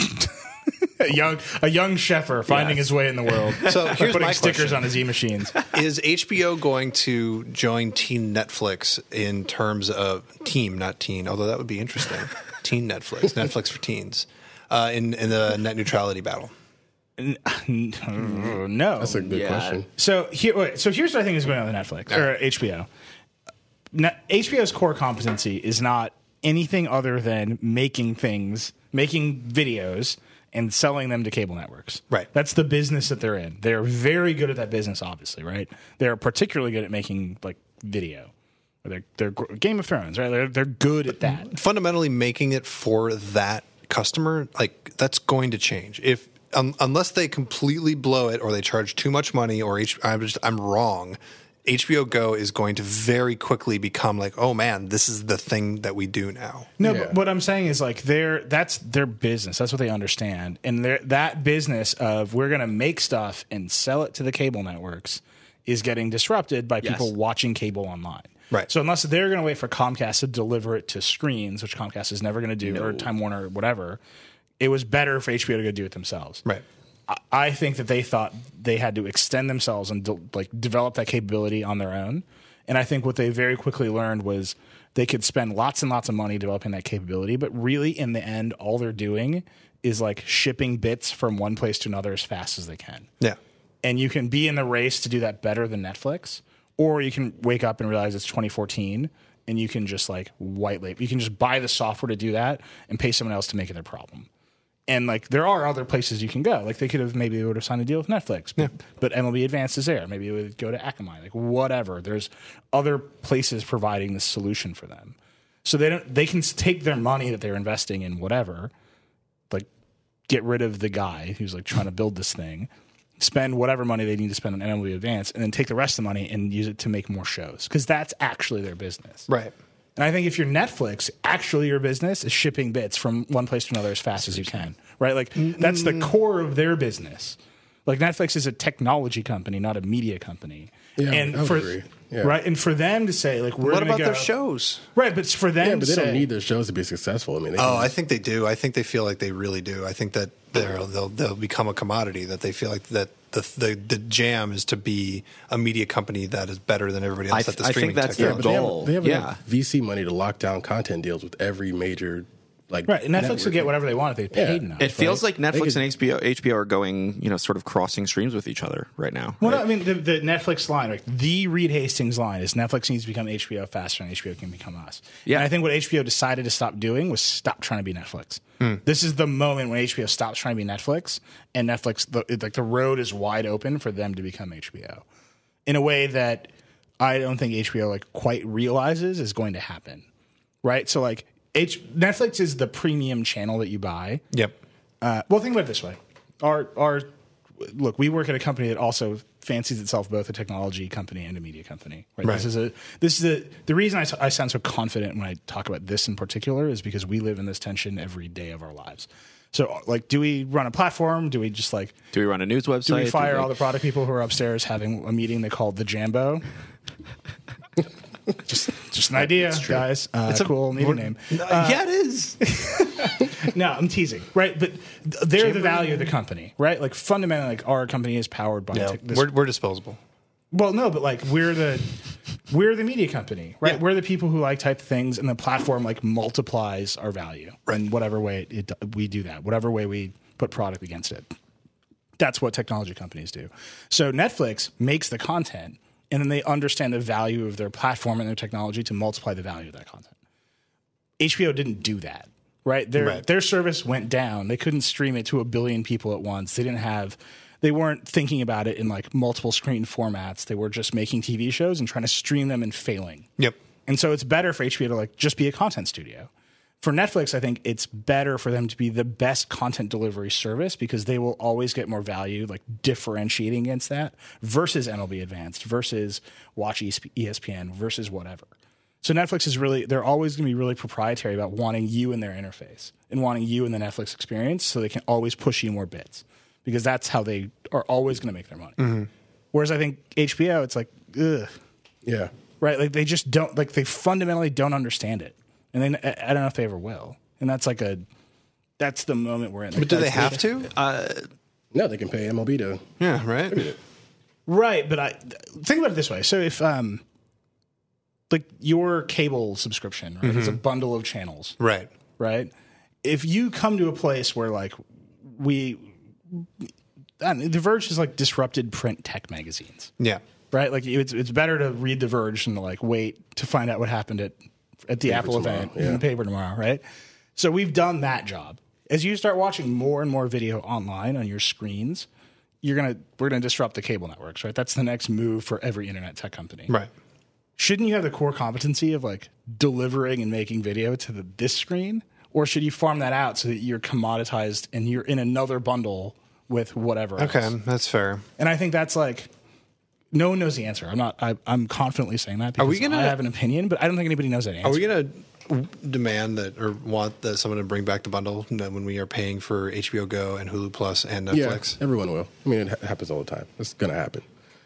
Speaker 1: A young, a young Sheffer finding
Speaker 4: Yes.
Speaker 1: his way in the world.
Speaker 2: So
Speaker 1: by
Speaker 2: here's
Speaker 1: putting
Speaker 2: my
Speaker 1: stickers
Speaker 2: question.
Speaker 1: on his e-machines.
Speaker 2: Is HBO going to join Teen Netflix in terms of team, not teen? Although that would be interesting. teen Netflix, Netflix for teens, uh, in in the net neutrality battle.
Speaker 1: no.
Speaker 3: That's a good
Speaker 4: Yeah.
Speaker 3: question.
Speaker 1: so here, wait, so here's what I think is going on with Netflix or HBO. Now, HBO's core competency is not anything other than making things, making videos, and selling them to cable networks.
Speaker 2: Right.
Speaker 1: That's the business that they're in. They're very good at that business, obviously, right? They're particularly good at making like video. Or They're, they're gr- Game of Thrones, right? They're, they're good at that.
Speaker 2: fundamentally making it for that customer, like that's going to change. If um, unless they completely blow it or they charge too much money or H- I'm just I'm wrong. HBO Go is going to very quickly become like, oh man, this is the thing that we do now.
Speaker 1: No,
Speaker 3: Yeah.
Speaker 1: but what I'm saying is like they're that's their business. That's what they understand, and they're, that business of we're going to make stuff and sell it to the cable networks is getting disrupted by people watching cable online.
Speaker 2: Right.
Speaker 1: So unless they're going to wait for Comcast to deliver it to screens, which Comcast is never going to do, or Time Warner, or whatever, it was better for HBO to go do it themselves.
Speaker 2: Right.
Speaker 1: I- I think that they thought they had to extend themselves and de- like develop that capability on their own. And I think what they very quickly learned was they could spend lots and lots of money developing that capability, but really in the end, all they're doing is like shipping bits from one place to another as fast as they can.
Speaker 2: Yeah.
Speaker 1: And you can be in the race to do that better than Netflix, or you can wake up and realize it's 2014 and you can just like white label. You can just buy the software to do that and pay someone else to make it their problem and like there are other places you can go. Like they could have maybe they would have signed a deal with Netflix, but, but MLB Advanced is there. Maybe it would go to Akamai, like whatever. There's other places providing this solution for them, so they don't they can s- take their money that they're investing in whatever get rid of the guy who's like trying to build this thing, spend whatever money they need to spend on MLB Advance, and then take the rest of the money and use it to make more shows because that's actually their business.
Speaker 2: Right.
Speaker 1: And I think if you're Netflix, actually your business is shipping bits from one place to another as fast as you can, right? Like
Speaker 3: Mm-hmm.
Speaker 1: that's the core of their business. Like Netflix is a technology company, not a media company.
Speaker 3: Yeah,
Speaker 1: and
Speaker 3: I would
Speaker 1: for
Speaker 3: agree. Yeah.
Speaker 1: right, and for them to say like we're
Speaker 2: What
Speaker 1: gonna
Speaker 2: about
Speaker 1: go,
Speaker 2: their shows?
Speaker 1: right? But it's for them,
Speaker 3: Yeah, but
Speaker 1: to
Speaker 3: they
Speaker 1: say-
Speaker 3: don't need their shows to be successful. I mean, they
Speaker 2: Oh, I think they do. I think they feel like they really do. I think that they're, they'll they'll become a commodity that they feel like that the the, the jam is to be a media company that is better than everybody else
Speaker 4: I
Speaker 2: at the
Speaker 4: th- I think
Speaker 2: streaming
Speaker 4: that's their
Speaker 2: technology.
Speaker 3: they
Speaker 4: goal.
Speaker 3: have, they have
Speaker 4: Yeah.
Speaker 3: enough VC money to lock down content deals with every major like
Speaker 1: right. And Netflix will
Speaker 3: network.
Speaker 1: get whatever they want if they paid
Speaker 3: Yeah.
Speaker 1: enough.
Speaker 4: It feels
Speaker 3: right?
Speaker 4: like
Speaker 3: They
Speaker 4: Netflix
Speaker 3: could-
Speaker 4: and HBO, HBO are going, you know, sort of crossing streams with each other right now.
Speaker 1: Well,
Speaker 4: right?
Speaker 1: no, I mean the, the Netflix line, like the Reed Hastings line, is Netflix needs to become HBO faster, and HBO can become us.
Speaker 4: Yeah.
Speaker 1: and I think what HBO decided to stop doing was stop trying to be Netflix.
Speaker 4: Hmm.
Speaker 1: This is the moment when HBO stops trying to be Netflix, and Netflix, the, it- like the road is wide open for them to become HBO in a way that I don't think HBO like quite realizes is going to happen. Right, so like H- Netflix is the premium channel that you buy.
Speaker 2: Yep.
Speaker 1: Uh, well, think about it this way: our our look, we work at a company that also fancies itself both a technology company and a media company. Right? This
Speaker 2: Right.
Speaker 1: is a this is a, the reason I, s- I sound so confident when I talk about this in particular is because we live in this tension every day of our lives. So, like, do we run a platform? Do we just like
Speaker 4: Do we run a news website?
Speaker 1: do we fire
Speaker 4: Do
Speaker 1: all the product people who are upstairs having a meeting they called the Jambo? just just an idea, guys. Uh, it's a cool meeting name. Uh,
Speaker 2: yeah, it is.
Speaker 1: No, I'm teasing, right? But th- they're the value of the company, right? Like fundamentally, like our company is powered by. tech- this-
Speaker 2: we're, we're disposable.
Speaker 1: well, no, but like we're the we're the media company, right?
Speaker 2: Yeah.
Speaker 1: We're the people who like type things, and the platform like multiplies our value in whatever way it, do- we do that, whatever way we put product against it. That's what technology companies do. So Netflix makes the content, and then they understand the value of their platform and their technology to multiply the value of that content. HBO didn't do that, right? Their
Speaker 2: Right.
Speaker 1: their service went down. They couldn't stream it to a billion people at once. They didn't have they weren't thinking about it in like multiple screen formats. They were just making TV shows and trying to stream them and failing.
Speaker 2: Yep.
Speaker 1: And so it's better for HBO to like just be a content studio. For Netflix, I think it's better for them to be the best content delivery service because they will always get more value, like differentiating against that versus MLB Advanced, versus Watch E ESPN, versus whatever. So Netflix is really, they're always going to be really proprietary about wanting you in their interface and wanting you in the Netflix experience so they can always push you more bits because that's how they are always going to make their money. Whereas I think HBO, it's like, ugh
Speaker 3: yeah.
Speaker 1: right? Like they just don't like they fundamentally don't understand it, and then I, I don't know if they ever will. And that's like a that's the moment we're in.
Speaker 2: But do they have to?
Speaker 3: No, they can pay MLB to.
Speaker 2: yeah, right.
Speaker 1: Right, but I think about it this way. So if um like your cable subscription right, is a
Speaker 2: Mm-hmm.
Speaker 1: bundle of channels,
Speaker 2: Right.
Speaker 1: right? If you come to a place where like we. I don't know, the Verge is like disrupted print tech magazines.
Speaker 2: Yeah.
Speaker 1: right? Like it's it's better to read The Verge and like wait to find out what happened at at the Apple
Speaker 3: tomorrow,
Speaker 1: event
Speaker 3: yeah.
Speaker 1: in the paper tomorrow, right? So we've done that job. As you start watching more and more video online on your screens, you're gonna we're gonna disrupt the cable networks, right? That's the next move for every internet tech company.
Speaker 2: Right.
Speaker 1: Shouldn't you have the core competency of like delivering and making video to the, this screen, or should you farm that out so that you're commoditized and you're in another bundle with whatever?
Speaker 2: Okay,
Speaker 1: else?
Speaker 2: that's fair.
Speaker 1: And I think that's like no one knows the answer. I'm not. I, I'm confidently saying that. Because
Speaker 2: we gonna-
Speaker 1: I have an opinion, but I don't think anybody knows that answer.
Speaker 2: Are we going to demand that or want that someone to bring back the bundle that when we are paying for HBO Go and Hulu Plus and
Speaker 3: Yeah,
Speaker 2: Netflix?
Speaker 3: everyone will. I mean, it ha- happens all the time. It's going to happen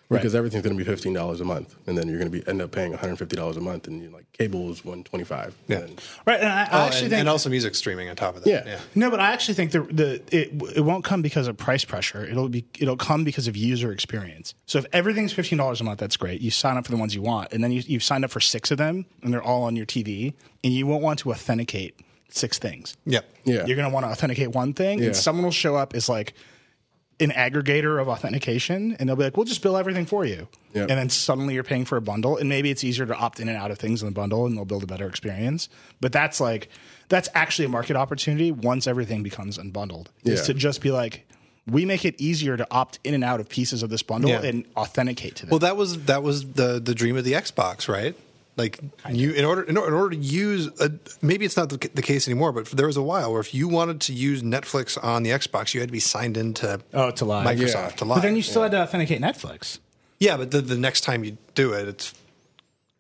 Speaker 3: because everything's going to be fifteen dollars a month, and then you're going to be end up paying one hundred fifty dollars a month, and you're like cable is one twenty five.
Speaker 2: Yeah.
Speaker 1: right? And I, I
Speaker 2: Oh,
Speaker 1: actually
Speaker 2: and,
Speaker 1: think
Speaker 2: and also music streaming on top of that.
Speaker 3: Yeah.
Speaker 1: no, but I actually think the the it, it won't come because of price pressure. It'll be it'll come because of user experience. So if everything's fifteen dollars a month, that's great. You sign up for the ones you want, and then you you've signed up for six of them, and they're all on your TV, and you won't want to authenticate six things.
Speaker 2: Yep.
Speaker 3: yeah,
Speaker 1: You're going to want to authenticate one thing,
Speaker 3: Yeah.
Speaker 1: and someone will show up as like an aggregator of authentication, and they'll be like, "We'll just bill everything for you."
Speaker 3: Yeah.
Speaker 1: And then suddenly you're paying for a bundle, and maybe it's easier to opt in and out of things in the bundle, and they'll build a better experience. But that's like that's actually a market opportunity once everything becomes unbundled. Is
Speaker 3: Yeah.
Speaker 1: to just be like, we make it easier to opt in and out of pieces of this bundle
Speaker 2: Yeah.
Speaker 1: and authenticate to them.
Speaker 2: Well, that was that was the the dream of the Xbox, right? Like you, in order in, or- in order to use, a, maybe it's not the, the case anymore, but there was a while where if you wanted to use Netflix on the Xbox, you had to be signed into
Speaker 1: Oh, to live.
Speaker 2: Microsoft
Speaker 3: Yeah.
Speaker 2: to
Speaker 1: But
Speaker 2: live.
Speaker 1: then you still had to authenticate Netflix.
Speaker 2: yeah, but the, the next time you do it, it's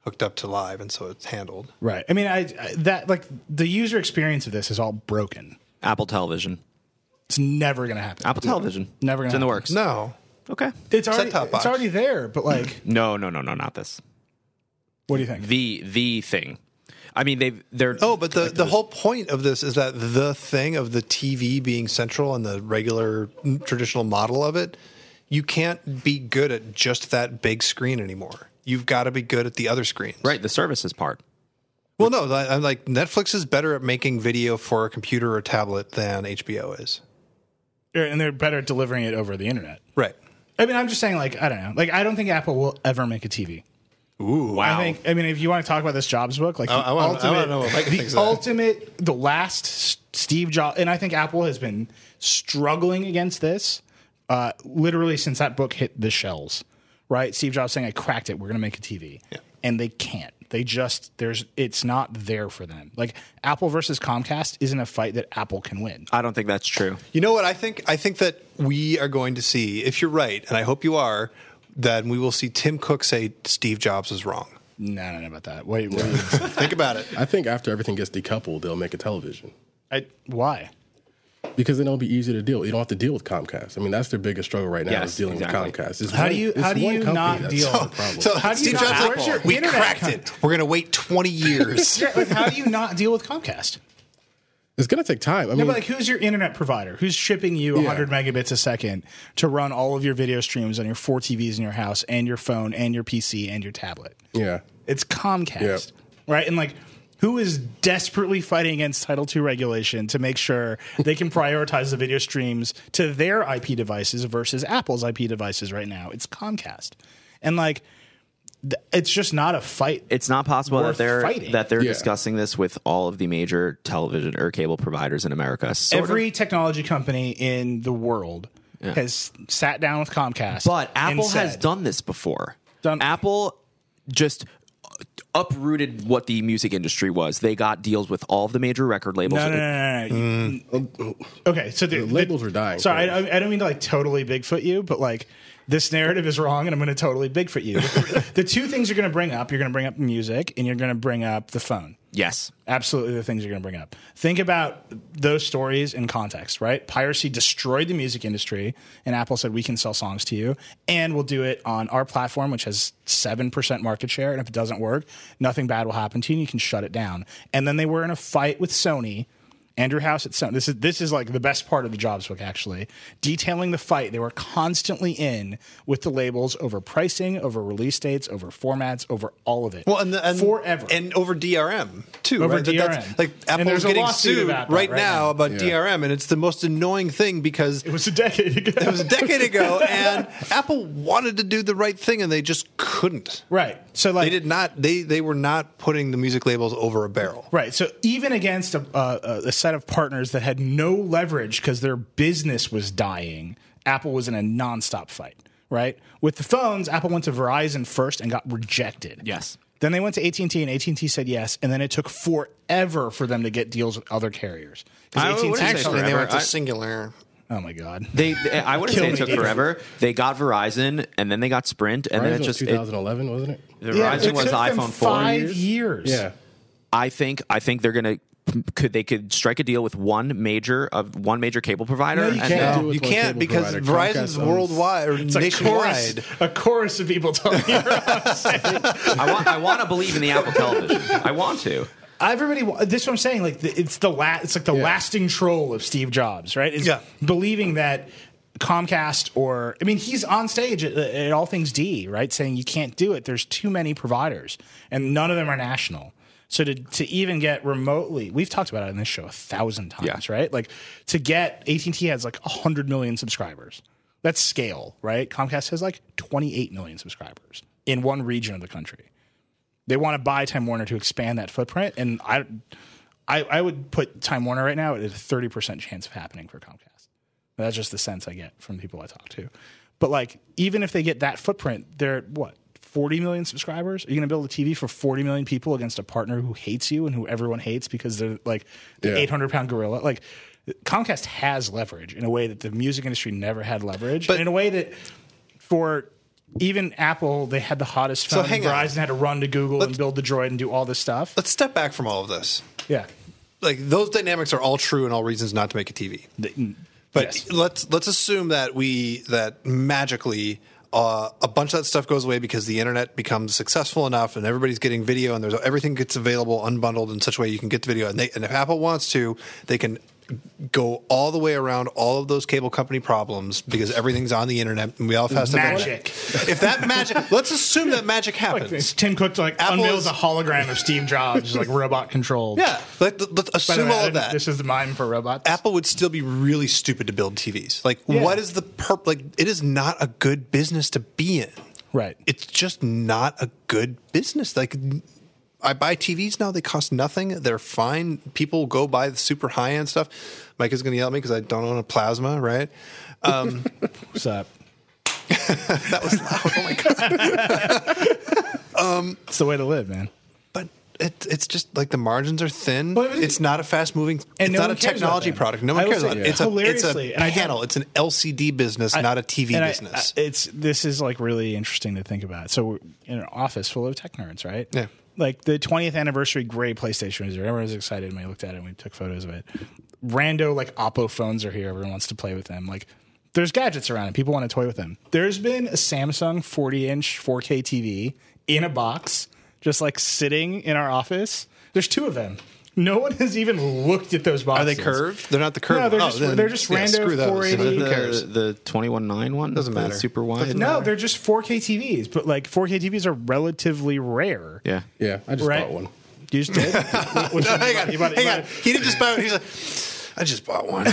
Speaker 2: hooked up to live, and so it's handled.
Speaker 1: Right. I mean, I, I that like the user experience of this is all broken.
Speaker 4: Apple Television.
Speaker 1: It's never going to happen.
Speaker 4: Apple Television.
Speaker 1: Never gonna
Speaker 4: It's in the
Speaker 1: happen.
Speaker 4: works.
Speaker 2: No,
Speaker 4: Okay.
Speaker 1: It's already
Speaker 2: top
Speaker 1: it's
Speaker 2: box.
Speaker 1: already there, but like,
Speaker 4: No, no, no, no, not this.
Speaker 1: what do you think?
Speaker 4: The the thing. I mean, they've they're
Speaker 2: Oh, but the, the whole point of this is that the thing of the TV being central and the regular mm, traditional model of it, you can't be good at just that big screen anymore. You've got to be good at the other screens.
Speaker 4: right the services part.
Speaker 2: Well, no, I- I'm like Netflix is better at making video for a computer or tablet than HBO is.
Speaker 1: And they're better at delivering it over the internet.
Speaker 2: Right.
Speaker 1: I mean, I'm just saying, like, I don't know. Like, I don't think Apple will ever make a TV.
Speaker 2: Ooh.
Speaker 1: I think. I mean, if you want to talk about this Jobs book, like the
Speaker 2: I wanna- I
Speaker 1: ultimate,
Speaker 2: wanna know what Mike thinks
Speaker 1: the
Speaker 2: of that.
Speaker 1: ultimate, the last S- Steve Jobs, and I think Apple has been struggling against this, uh, literally since that book hit the shelves. Right, Steve Jobs saying, "I cracked it. We're going to make a TV," and they can't. They just there's it's not there for them. Like Apple versus Comcast isn't a fight that Apple can win.
Speaker 4: I don't think that's true.
Speaker 2: You know what I think? I think that we are going to see, if you're right, and I hope you are, then we will see Tim Cook say Steve Jobs is wrong.
Speaker 1: No, I don't know about that. Wait, wait
Speaker 2: Think about it.
Speaker 3: I think after everything gets decoupled, they'll make a television
Speaker 1: I, why?
Speaker 3: because then it'll be easier to deal. You don't have to deal with Comcast. I mean, that's their biggest struggle right now
Speaker 4: Yes,
Speaker 3: is dealing
Speaker 4: exactly.
Speaker 3: with Comcast. It's
Speaker 1: How do you-
Speaker 3: it's
Speaker 1: how do you
Speaker 3: company
Speaker 1: not
Speaker 3: that's
Speaker 1: deal-
Speaker 3: the problem.
Speaker 2: So
Speaker 1: How do you
Speaker 2: Steve
Speaker 1: not-
Speaker 2: Jobs,
Speaker 1: where's
Speaker 2: like,
Speaker 1: your
Speaker 2: we
Speaker 1: internet
Speaker 2: cracked
Speaker 1: con-
Speaker 2: it. We're gonna wait twenty years.
Speaker 1: Like, how do you not deal with Comcast?
Speaker 3: it's going to take time. I mean,
Speaker 1: No, but like, who's your internet provider? Who's shipping you 100 megabits a second to run all of your video streams on your four TVs in your house and your phone and your PC and your tablet?
Speaker 3: yeah,
Speaker 1: It's Comcast,
Speaker 3: Yeah.
Speaker 1: right? And like, who is desperately fighting against Title II regulation to make sure they can prioritize the video streams to their IP devices versus Apple's IP devices right now? It's Comcast, and like, th- it's just not a fight.
Speaker 4: It's not possible
Speaker 1: Worth
Speaker 4: that they're
Speaker 1: fighting.
Speaker 4: that they're
Speaker 3: Yeah.
Speaker 4: discussing this with all of the major television or cable providers in America. Sort of.
Speaker 1: Every technology company in the world has sat down with Comcast,
Speaker 4: But
Speaker 1: and
Speaker 4: Apple has
Speaker 1: said-
Speaker 4: done this before.
Speaker 1: Done-
Speaker 4: Apple just uprooted what the music industry was. They got deals with all of the major record labels.
Speaker 1: No, no, no, no, no. Okay, so the, the
Speaker 3: Mm. labels are dying.
Speaker 1: Sorry, I, I don't mean to like totally Bigfoot you, but like this narrative is wrong, and I'm going to totally Bigfoot you. the two things you're going to bring up, you're going to bring up music, and you're going to bring up the phone.
Speaker 4: Yes.
Speaker 1: Absolutely, the things you're going to bring up. Think about those stories in context, right? Piracy destroyed the music industry, and Apple said, We can sell songs to you, and we'll do it on our platform, which has 7% market share. And if it doesn't work, nothing bad will happen to you, and you can shut it down. And then they were in a fight with Sony. Andrew House at Sony. This is this is like the best part of the Jobs book, actually, detailing the fight they were constantly in with the labels over pricing, over release dates, over formats, over all of it.
Speaker 2: Well, and, the, and
Speaker 1: forever
Speaker 2: and over DRM too.
Speaker 1: Over
Speaker 2: right? That- that's-
Speaker 1: DRM.
Speaker 2: like
Speaker 1: And
Speaker 2: Apple's
Speaker 1: there's a
Speaker 2: getting
Speaker 1: lawsuit
Speaker 2: sued
Speaker 1: about
Speaker 2: right,
Speaker 1: that right
Speaker 2: now,
Speaker 1: now.
Speaker 2: about
Speaker 3: Yeah.
Speaker 2: DRM, and it's the most annoying thing because
Speaker 1: It was a decade ago.
Speaker 2: it was a decade ago, and Apple wanted to do the right thing, and they just couldn't.
Speaker 1: right. So like
Speaker 2: They did not. They they were not putting the music labels over a barrel.
Speaker 1: Right. So even against a, a, a set of partners that had no leverage because their business was dying, Apple was in a nonstop fight. Right. With the phones, Apple went to Verizon first and got rejected.
Speaker 4: Yes.
Speaker 1: Then they went to AT and T, and AT and T said yes, and then it took forever for them to get deals with other carriers. 'Cause
Speaker 4: I-
Speaker 1: AT&T
Speaker 4: what is
Speaker 1: actually-
Speaker 4: that? Forever. I-
Speaker 2: Singular.
Speaker 1: oh my god,
Speaker 4: They, they- I wouldn't
Speaker 1: Kill
Speaker 4: say it
Speaker 1: me,
Speaker 4: took
Speaker 1: dude.
Speaker 4: forever. They got Verizon, and then they got Sprint, and
Speaker 3: Verizon
Speaker 4: then it
Speaker 3: was
Speaker 4: just it,
Speaker 3: 2011, wasn't it?
Speaker 4: the
Speaker 1: Yeah,
Speaker 4: Verizon
Speaker 1: it
Speaker 4: was
Speaker 1: took them
Speaker 4: iPhone four.
Speaker 1: five years.
Speaker 3: Yeah,
Speaker 4: I think I think they're gonna could they could strike a deal with one major of one major cable provider.
Speaker 1: No, you
Speaker 4: and
Speaker 1: can't
Speaker 4: then-
Speaker 1: do
Speaker 3: it
Speaker 2: You
Speaker 3: with one
Speaker 2: can't
Speaker 3: cable
Speaker 2: because
Speaker 3: provider.
Speaker 2: Verizon's
Speaker 3: Comcast owns-
Speaker 2: worldwide or
Speaker 1: It's a chorus,
Speaker 2: nationwide.
Speaker 1: a chorus of people talking.
Speaker 4: I want I want to believe in the Apple Television. I want to.
Speaker 1: Everybody, this is what I'm saying. Like the, it's the la- it's like the lasting troll of Steve Jobs, right? Is
Speaker 2: Yeah.
Speaker 1: believing that Comcast or I mean, he's on stage at, at All Things D, right, saying you can't do it. There's too many providers, and none of them are national. So to to even get remotely, we've talked about it in this show a thousand times, right? Like to get AT and T has like hundred million subscribers. That's scale, right? Comcast has like 28 million subscribers in one region of the country they want to buy Time Warner to expand that footprint, and I, I, I would put Time Warner right now at a thirty percent chance of happening for Comcast. That's just the sense I get from people I talk to. But like, even if they get that footprint, they're what 40 million subscribers? Are you going to build a TV for 40 million people against a partner who hates you and who everyone hates because they're like the
Speaker 3: Yeah.
Speaker 1: 800 pound gorilla? Like Comcast has leverage in a way that the music industry never had leverage,
Speaker 2: But-
Speaker 1: and in a way that for even Apple, they had the hottest phone.
Speaker 2: hang on.
Speaker 1: Verizon had to run to Google and
Speaker 2: Let's-
Speaker 1: build the Droid and do all this stuff.
Speaker 2: Let's step back from all of this.
Speaker 1: Yeah.
Speaker 2: Like those dynamics are all true and all reasons not to make a TV. But
Speaker 1: Yes.
Speaker 2: let's let's assume that we that magically uh, a bunch of that stuff goes away because the internet becomes successful enough and everybody's getting video and there's everything gets available unbundled in such a way you can get the video and, they, and if Apple wants to they can go all the way around all of those cable company problems because everything's on the internet and we all have to
Speaker 1: Magic.
Speaker 2: if that magic let's assume that magic
Speaker 1: Like, it's
Speaker 2: happens
Speaker 1: Tim Cook like
Speaker 2: Apple
Speaker 1: unveils
Speaker 2: is-
Speaker 1: a hologram of Steve Jobs, like robot controlled.
Speaker 2: yeah let, us
Speaker 1: By the
Speaker 2: assume
Speaker 1: way,
Speaker 2: all
Speaker 1: I
Speaker 2: of
Speaker 1: didn't-
Speaker 2: that
Speaker 1: This is the mime for robots.
Speaker 2: Apple would still be really stupid to build TVs. Like,
Speaker 1: Yeah.
Speaker 2: what is the perp? Like, it is not a good business to be in.
Speaker 1: Right.
Speaker 2: It's just not a good business. Like, I buy TVs now; they cost nothing. They're fine. People go buy the super high end stuff. Mike is going to yell at me because I don't own a plasma, right? Um,
Speaker 1: What's up?
Speaker 2: That was loud. oh my god!
Speaker 1: It's the way to live, man.
Speaker 2: But it, it's just like the margins are thin.
Speaker 1: But it-
Speaker 2: it's not a fast moving.
Speaker 1: And
Speaker 2: It's
Speaker 1: no
Speaker 2: not a
Speaker 1: one cares about
Speaker 2: technology
Speaker 1: them.
Speaker 2: product. No
Speaker 1: I
Speaker 2: one
Speaker 1: will
Speaker 2: cares
Speaker 1: say
Speaker 2: about it.
Speaker 1: this.
Speaker 2: It's a it's
Speaker 1: Hilariously,
Speaker 2: a
Speaker 1: and I don't-
Speaker 2: panel. It's an LCD business, not a TV
Speaker 1: And I-
Speaker 2: business.
Speaker 1: I- it's this is like really interesting to think about. So we're in an office full of tech nerds, right?
Speaker 2: Yeah.
Speaker 1: Like the 20th anniversary gray PlayStation was there. Everyone was excited when we looked at it and we took photos of it. Rando like Oppo phones are here. Everyone wants to play with them. Like there's gadgets around and people want to toy with them. There's been a Samsung 40 inch 4K TV in a box, just like sitting in our office. There's two of them. No one has even looked at those
Speaker 2: Are
Speaker 1: boxes.
Speaker 2: they curved? They're not the curved.
Speaker 1: No, they're
Speaker 2: one. Oh,
Speaker 1: just- they're just rando
Speaker 2: screw those.
Speaker 1: 480.
Speaker 2: Who cares?
Speaker 4: The, the 21.9 one?
Speaker 2: Doesn't
Speaker 4: The
Speaker 2: matter.
Speaker 4: super wide?
Speaker 2: Doesn't
Speaker 1: No, they're just 4K TVs, but like 4K TVs are relatively rare.
Speaker 4: Yeah.
Speaker 3: Yeah, I just
Speaker 1: Right.
Speaker 3: bought one.
Speaker 1: You just did. which,
Speaker 2: No,
Speaker 1: one
Speaker 2: hang
Speaker 1: you
Speaker 2: on,
Speaker 1: buy? You bought- you
Speaker 2: hang on.
Speaker 1: bought-
Speaker 2: He didn't just buy. one. He's like, I just bought one.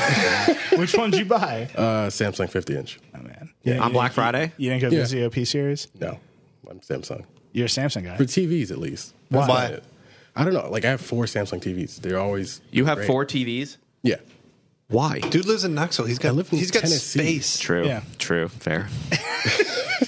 Speaker 1: which one did you buy?
Speaker 3: Uh, Samsung 50 inch.
Speaker 1: oh man, yeah,
Speaker 4: On Black Friday?
Speaker 1: You didn't go
Speaker 3: Yeah.
Speaker 1: Vizio P series.
Speaker 3: No, I'm Samsung
Speaker 1: You're a Samsung guy.
Speaker 3: for TVs at least.
Speaker 1: Why?
Speaker 3: That's not it. I don't know. Like I have four Samsung TVs. They're always
Speaker 4: You have
Speaker 3: great.
Speaker 4: four TVs?
Speaker 3: Yeah,
Speaker 4: Why?
Speaker 2: Dude lives in Knoxville. He's got.
Speaker 3: live in
Speaker 2: He's got
Speaker 3: Tennessee.
Speaker 2: space.
Speaker 4: True.
Speaker 1: Yeah.
Speaker 4: True. Fair.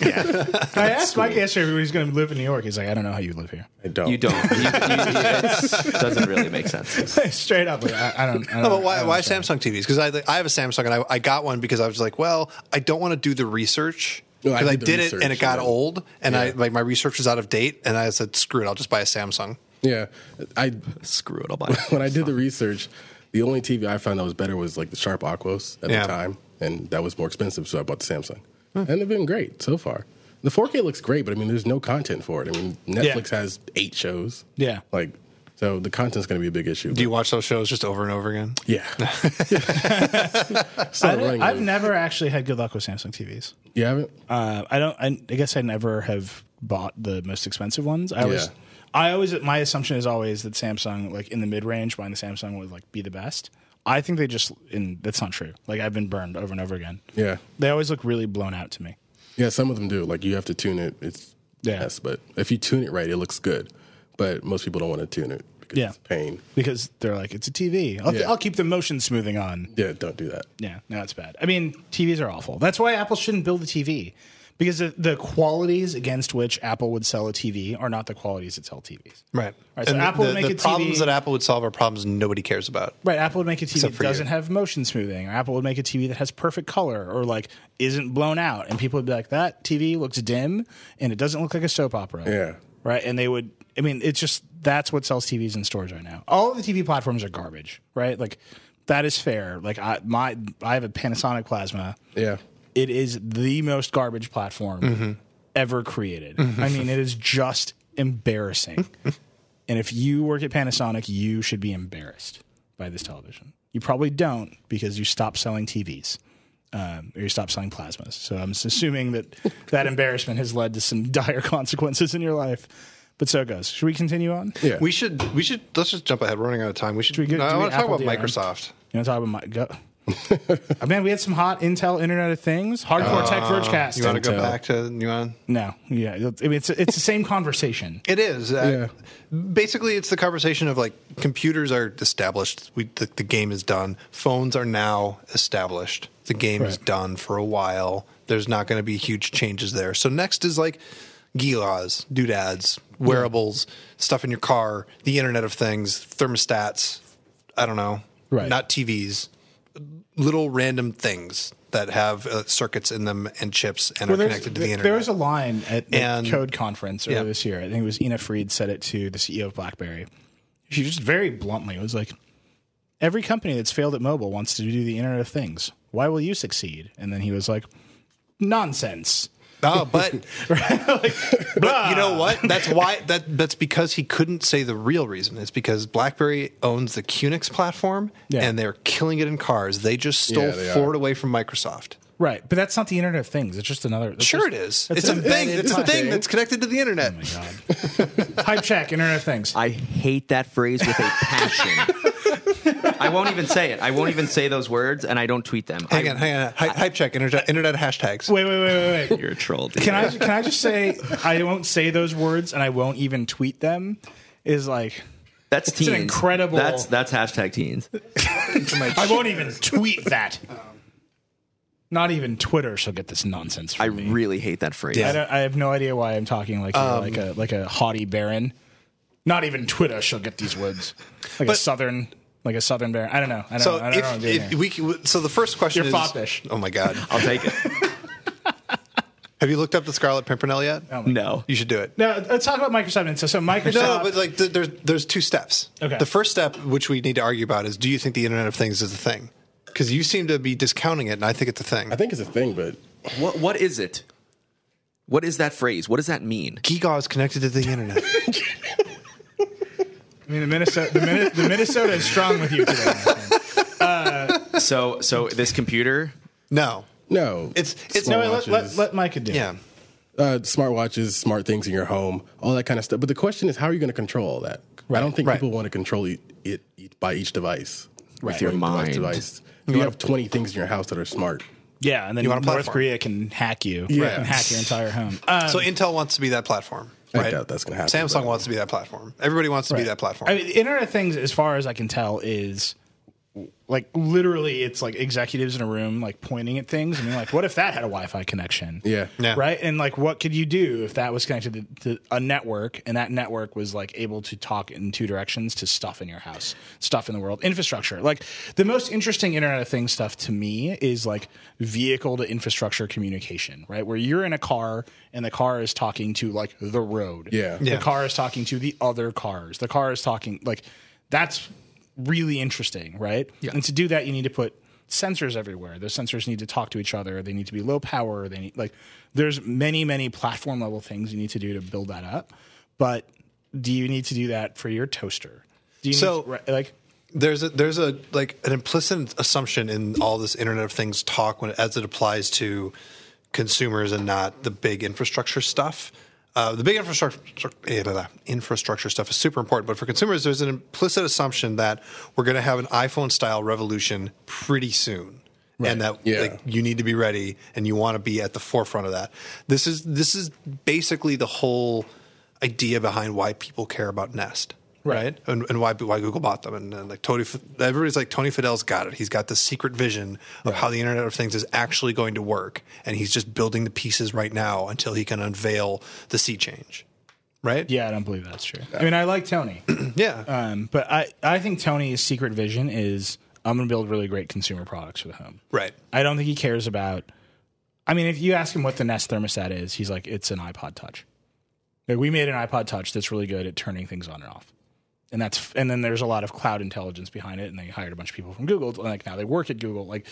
Speaker 1: I asked Mike yesterday if he's going to live in New York. He's like, I don't know how you live here.
Speaker 3: I don't.
Speaker 4: You don't. You- you- it doesn't really make sense.
Speaker 1: Straight up, like, I, I don't. I don't
Speaker 2: No, but
Speaker 1: I
Speaker 2: why,
Speaker 1: don't
Speaker 2: why
Speaker 1: understand.
Speaker 2: Samsung TVs? Because I, I have a Samsung and I, I got one because I was like, well, I don't want to do the research
Speaker 3: No, I
Speaker 2: because I,
Speaker 3: did the
Speaker 2: did it
Speaker 3: research,
Speaker 2: and it got
Speaker 3: yeah.
Speaker 2: old and I
Speaker 3: Yeah.
Speaker 2: like my research was out of date and I said, screw it, I'll just buy a Samsung.
Speaker 3: Yeah, I
Speaker 4: Screw it. I'll buy it.
Speaker 3: when I did the research, the only TV I found that was better was like the Sharp Aquos at
Speaker 2: Yeah.
Speaker 3: the time, and that was more expensive, so I bought the Samsung, and they've been great so far. The 4K looks great, but I mean, there's no content for it. I mean, Netflix has eight shows.
Speaker 1: Yeah.
Speaker 3: like so the content's going to be a big issue.
Speaker 2: Do you watch those shows just over and over again?
Speaker 3: yeah, It's
Speaker 1: I
Speaker 3: not a running
Speaker 1: don't- I've
Speaker 3: joke.
Speaker 1: never actually had good luck with Samsung TVs.
Speaker 3: You haven't?
Speaker 1: Uh, I don't. I, I guess I never have bought the most expensive ones. I always,
Speaker 3: Yeah.
Speaker 1: I always. My assumption is always that Samsung, like in the mid range, buying the Samsung would like be the best. I think they just, and that's not true. Like I've been burned over and over again.
Speaker 3: Yeah.
Speaker 1: they always look really blown out to me.
Speaker 3: Yeah, some of them do. Like you have to tune it. It's
Speaker 1: Yeah.
Speaker 3: yes, but if you tune it right, it looks good. But most people don't want to tune it because
Speaker 1: Yeah.
Speaker 3: it's pain.
Speaker 1: because they're like, it's a TV. I'll,
Speaker 3: Yeah.
Speaker 1: I'll keep the motion smoothing on.
Speaker 3: Yeah, don't do that.
Speaker 1: Yeah, no, it's bad. I mean, TVs are awful. That's why Apple shouldn't build a TV because the, the qualities against which Apple would sell a TV are not the qualities that sell TVs.
Speaker 2: Right.
Speaker 1: Right, so
Speaker 2: And
Speaker 1: Apple
Speaker 2: the,
Speaker 1: would make
Speaker 2: the
Speaker 1: a TV
Speaker 2: problems that Apple would solve are problems nobody cares about.
Speaker 1: Right, Apple would make a TV
Speaker 2: Except
Speaker 1: that
Speaker 2: for you.
Speaker 1: doesn't have motion smoothing, or Apple would make a TV that has perfect color, or like isn't blown out, and people would be like, "That TV looks dim, and it doesn't look like a soap opera."
Speaker 3: Yeah.
Speaker 1: right. And they would. I mean, it's just that's what sells TVs in stores right now. All of the TV platforms are garbage, right? Like that is fair. Like I my I have a Panasonic plasma.
Speaker 3: Yeah.
Speaker 1: It is the most garbage platform ever created. I mean, it is just embarrassing. and if you work at Panasonic, you should be embarrassed by this television. You probably don't because you stopped selling TVs um, or you stopped selling plasmas. So I'm just assuming that that embarrassment has led to some dire consequences in your life. But so it goes. Should we continue on?
Speaker 3: Yeah.
Speaker 2: We should we should let's just jump ahead. We're running out of time. We should.
Speaker 1: we get-
Speaker 2: no,
Speaker 1: do
Speaker 2: I
Speaker 1: we
Speaker 2: want to talk
Speaker 1: Apple
Speaker 2: about
Speaker 1: DRM?
Speaker 2: Microsoft.
Speaker 1: You want to talk about my go? I mean, we had some hot Intel Internet of Things, hardcore tech vergecast.
Speaker 2: Uh, You want to go
Speaker 3: Intel.
Speaker 2: back to you want?
Speaker 1: No, yeah, I mean, it's it's the same conversation.
Speaker 2: It is. Uh, Basically, it's the conversation of like computers are established. We the, the game is done. Phones are now established. The game is
Speaker 1: Right.
Speaker 2: done for a while. There's not going to be huge changes there. So next is like Gilas, doodads, wearables, stuff in your car, the Internet of Things, thermostats. I don't know.
Speaker 1: Right.
Speaker 2: Not TVs. Little random things that have uh, circuits in them and chips and are
Speaker 1: Well, there's-
Speaker 2: connected to the
Speaker 1: there-
Speaker 2: internet.
Speaker 1: There was a line at the
Speaker 2: And-
Speaker 1: Code conference earlier
Speaker 2: Yeah.
Speaker 1: this year. I think it was Ina Fried said it to the CEO of BlackBerry. She just very bluntly was like, "Every company that's failed at mobile wants to do the Internet of Things. Why will you succeed?" And then he was like, "Nonsense."
Speaker 2: Oh, but, but you know what? That's why that that's because he couldn't say the real reason. It's because BlackBerry owns the QNX platform
Speaker 1: Yeah.
Speaker 2: and they're killing it in cars. They just stole
Speaker 3: Yeah, they are.
Speaker 2: Ford away from Microsoft.
Speaker 1: Right, but that's not the Internet of Things. It's just another. that's
Speaker 2: Sure, it
Speaker 1: just-
Speaker 2: is.
Speaker 1: that's
Speaker 2: It's a
Speaker 1: an
Speaker 2: thing.
Speaker 1: embedded
Speaker 2: It's a
Speaker 1: type.
Speaker 2: thing that's connected to the internet.
Speaker 1: Oh Type check, Internet of Things.
Speaker 4: I hate that phrase with a passion. I won't even say it. I won't even say those words, and I don't tweet them.
Speaker 2: Hang
Speaker 4: I,
Speaker 2: on, hang on. Hy- Hype check. Internet, internet hashtags.
Speaker 1: Wait, wait, wait, wait, wait.
Speaker 4: You're a troll. Dude.
Speaker 1: Can I can I just say I won't say those words and I won't even tweet them? Is like
Speaker 4: That's
Speaker 1: an
Speaker 4: teens.
Speaker 1: incredible-
Speaker 4: That's that's hashtag teens.
Speaker 1: I won't even tweet that. Not even Twitter shall get this nonsense. From
Speaker 4: I
Speaker 1: me.
Speaker 4: really hate that phrase.
Speaker 1: I, don't, I have no idea why I'm talking like
Speaker 2: Um,
Speaker 1: you're like a like a haughty baron. Not even Twitter shall get these words. Like a
Speaker 2: But-
Speaker 1: southern, like a southern baron. I don't know. I don't
Speaker 2: So
Speaker 1: know. I don't know what I'm
Speaker 2: if,
Speaker 1: doing
Speaker 2: if
Speaker 1: here.
Speaker 2: we c- so the first question
Speaker 1: You're
Speaker 2: is
Speaker 1: foppish.
Speaker 2: Oh my god.
Speaker 4: I'll take it.
Speaker 2: Have you looked up the Scarlet Pimpernel yet?
Speaker 4: No.
Speaker 2: You should do it.
Speaker 1: Now, let's talk about Microsoft. And so, so Microsoft.
Speaker 2: No, but like th- there's there's two steps.
Speaker 1: Okay.
Speaker 2: The first step, which we need to argue about, is do you think the Internet of Things is a thing? Because you seem to be discounting it, and I think it's a thing.
Speaker 3: I think it's a thing, but
Speaker 4: What what is it? What is that phrase? What does that mean?
Speaker 2: Giga is connected to the Internet.
Speaker 1: I mean, the Minnesota, the, Min- the Minnesota is strong with you today. my friend.
Speaker 4: So so this computer.
Speaker 2: no,
Speaker 3: no,
Speaker 2: it's it's
Speaker 1: No,
Speaker 2: no.
Speaker 1: wait, let, let, let Micah do. it.
Speaker 2: yeah.
Speaker 3: uh, smartwatches, smart things in your home, all that kind of stuff. But the question is, how are you going to control all that? I don't think
Speaker 2: right.
Speaker 3: people want to control it, it, each- by each device.
Speaker 4: With your
Speaker 3: Like,
Speaker 4: mind.
Speaker 3: Device, device. You have 20 things in your house that are smart.
Speaker 1: yeah. And then
Speaker 2: You want a
Speaker 1: North
Speaker 2: platform.
Speaker 1: Korea can hack you.
Speaker 3: Yeah.
Speaker 1: and hack your entire home. Um,
Speaker 2: So Intel wants to be that platform.
Speaker 3: I
Speaker 2: Right?
Speaker 3: doubt that's gonna happen,
Speaker 2: Samsung
Speaker 3: but-
Speaker 2: wants to be that platform. Everybody wants to be that platform.
Speaker 1: I mean, the Internet of Things, as far as I can tell, is like literally it's like executives in a room like pointing at things. I mean, like, what if that had a Wi-Fi connection?
Speaker 3: Yeah.
Speaker 2: Yeah.
Speaker 1: Right. And like, what could you do if that was connected to, to a network and that network was like able to talk in two directions to stuff in your house, stuff in the world, infrastructure? Like, the most interesting Internet of Things stuff to me is like vehicle to infrastructure communication, right? Where you're in a car and the car is talking to like the road.
Speaker 3: Yeah.
Speaker 2: Yeah.
Speaker 1: The car is talking to the other cars. The car is talking like that's really interesting, right? Yeah. And to do that, you need to put sensors everywhere. Those sensors need to talk to each other. They need to be low power. They need like there's many many platform level things you need to do to build that up. But do you need to do that for your toaster? Do you
Speaker 2: So-
Speaker 1: need to, right, like
Speaker 2: there's a there's a like an implicit assumption in all this internet of things talk when as it applies to consumers and not the big infrastructure stuff uh, the big infrastructure eh, blah, blah, infrastructure stuff is super important but for consumers there's an implicit assumption that we're going to have an iphone style revolution pretty soon and that
Speaker 3: Yeah.
Speaker 2: like, you need to be ready and you want to be at the forefront of that this is this is basically the whole idea behind why people care about nest
Speaker 1: Right.
Speaker 2: and, and why why Google bought them, and, and like Tony, F- everybody's like Tony Fidel's got it. He's got this secret vision of how the Internet of Things is actually going to work, and he's just building the pieces right now until he can unveil the sea change, right?
Speaker 1: yeah, I don't believe that's true. I mean, I like Tony.
Speaker 2: yeah.
Speaker 1: Um, but I, I think Tony's secret vision is I'm going to build really great consumer products for the home.
Speaker 2: Right.
Speaker 1: I don't think he cares about. I mean, if you ask him what the Nest thermostat is, he's like, it's an iPod Touch. Like, we made an iPod Touch that's really good at turning things on and off. And that's and then there's a lot of cloud intelligence behind it, and they hired a bunch of people from Google. Like now they work at Google, like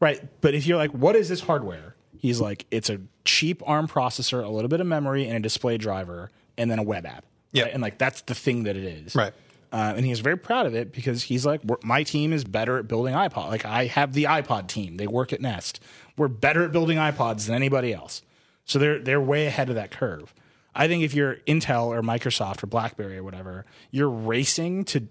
Speaker 1: right. But if you're like, what is this hardware? He's like, it's a cheap ARM processor, a little bit of memory, and a display driver, and then a web app.
Speaker 2: Yeah.
Speaker 1: and like that's the thing that it is.
Speaker 2: Right.
Speaker 1: Uh, and he's very proud of it because he's like, "We're- my team is better at building iPod. Like I have the iPod team; they work at Nest. We're better at building iPods than anybody else. So they're they're way ahead of that curve. I think if you're Intel or Microsoft or BlackBerry or whatever, you're racing to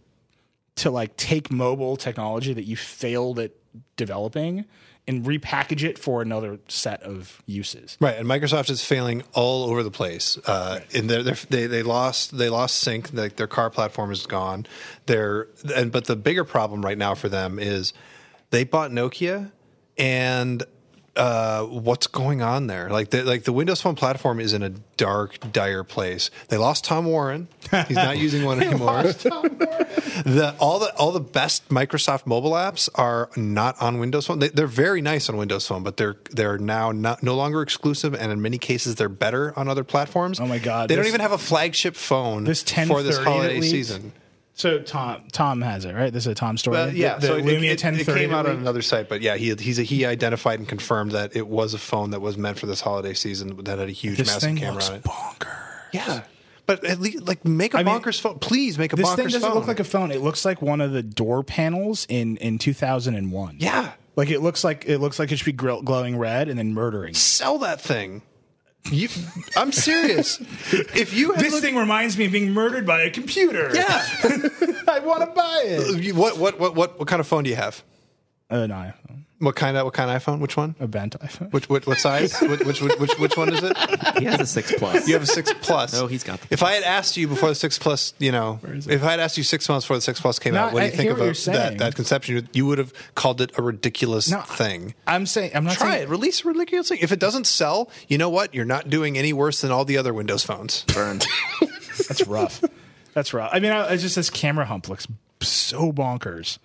Speaker 1: to like take mobile technology that you failed at developing and repackage it for another set of uses.
Speaker 2: Right, and Microsoft is failing all over the place. Uh, and they're, they're, they they lost they lost sync. Like their car platform is gone. They're and but the bigger problem right now for them is they bought Nokia, and uh, what's going on there. Like the like the Windows Phone platform is in a dark, dire place. They lost Tom Warren. He's not using one anymore. the all the all the best Microsoft mobile apps are not on Windows Phone. They, they're very nice on Windows Phone, but they're they're now not no longer exclusive, and in many cases they're better on other platforms.
Speaker 1: Oh my God,
Speaker 2: They
Speaker 1: this-
Speaker 2: don't even have a flagship phone
Speaker 1: This 1030
Speaker 2: for this
Speaker 1: that
Speaker 2: holiday
Speaker 1: leaked?
Speaker 2: season.
Speaker 1: So Tom Tom has it right. This is a Tom story.
Speaker 2: Well, yeah,
Speaker 1: the, the
Speaker 2: so it,
Speaker 1: Lumia
Speaker 2: it- it
Speaker 1: 1030
Speaker 2: came out
Speaker 1: that
Speaker 2: on
Speaker 1: we-
Speaker 2: another site, but yeah, he he's a, he identified and confirmed that it was a phone that was meant for this holiday season that had a huge,
Speaker 1: This
Speaker 2: massive
Speaker 1: thing
Speaker 2: camera
Speaker 1: looks
Speaker 2: on it.
Speaker 1: bonkers.
Speaker 2: Yeah, but at least like make a
Speaker 1: mean,
Speaker 2: bonkers phone, please make a
Speaker 1: This
Speaker 2: bonkers
Speaker 1: thing doesn't
Speaker 2: phone.
Speaker 1: look like a phone. It looks like one of the door panels in in 2001.
Speaker 2: yeah,
Speaker 1: Like it looks like it looks like it should be grill, glowing red and then murdering.
Speaker 2: sell that thing. You, I'm serious. if you had
Speaker 1: This
Speaker 2: looked-
Speaker 1: thing reminds me of being murdered by a computer.
Speaker 2: yeah,
Speaker 1: I want to buy it.
Speaker 2: You- what what what what what kind of phone do you have?
Speaker 1: Uh, an iPhone,
Speaker 2: What kind of what kind of iPhone? Which one?
Speaker 1: a bent iPhone.
Speaker 2: Which what, what size? which, which which which one is it?
Speaker 4: He has a six plus.
Speaker 2: You have a six plus.
Speaker 4: No, he's got the
Speaker 2: If I had asked you before the six plus, you know, if I had asked you six months before the six plus came
Speaker 1: No,
Speaker 2: out, what do
Speaker 1: I
Speaker 2: you think
Speaker 1: hear what
Speaker 2: about
Speaker 1: you're saying.
Speaker 2: that, that conception? You- You would have called it a ridiculous
Speaker 1: No, I-
Speaker 2: thing.
Speaker 1: I'm saying I'm not
Speaker 2: Try
Speaker 1: saying
Speaker 2: it. Release a ridiculous thing. If it doesn't sell, you know what? You're not doing any worse than all the other Windows phones.
Speaker 4: Burned.
Speaker 1: That's rough. That's rough. I mean, I, it's just this camera hump looks so bonkers.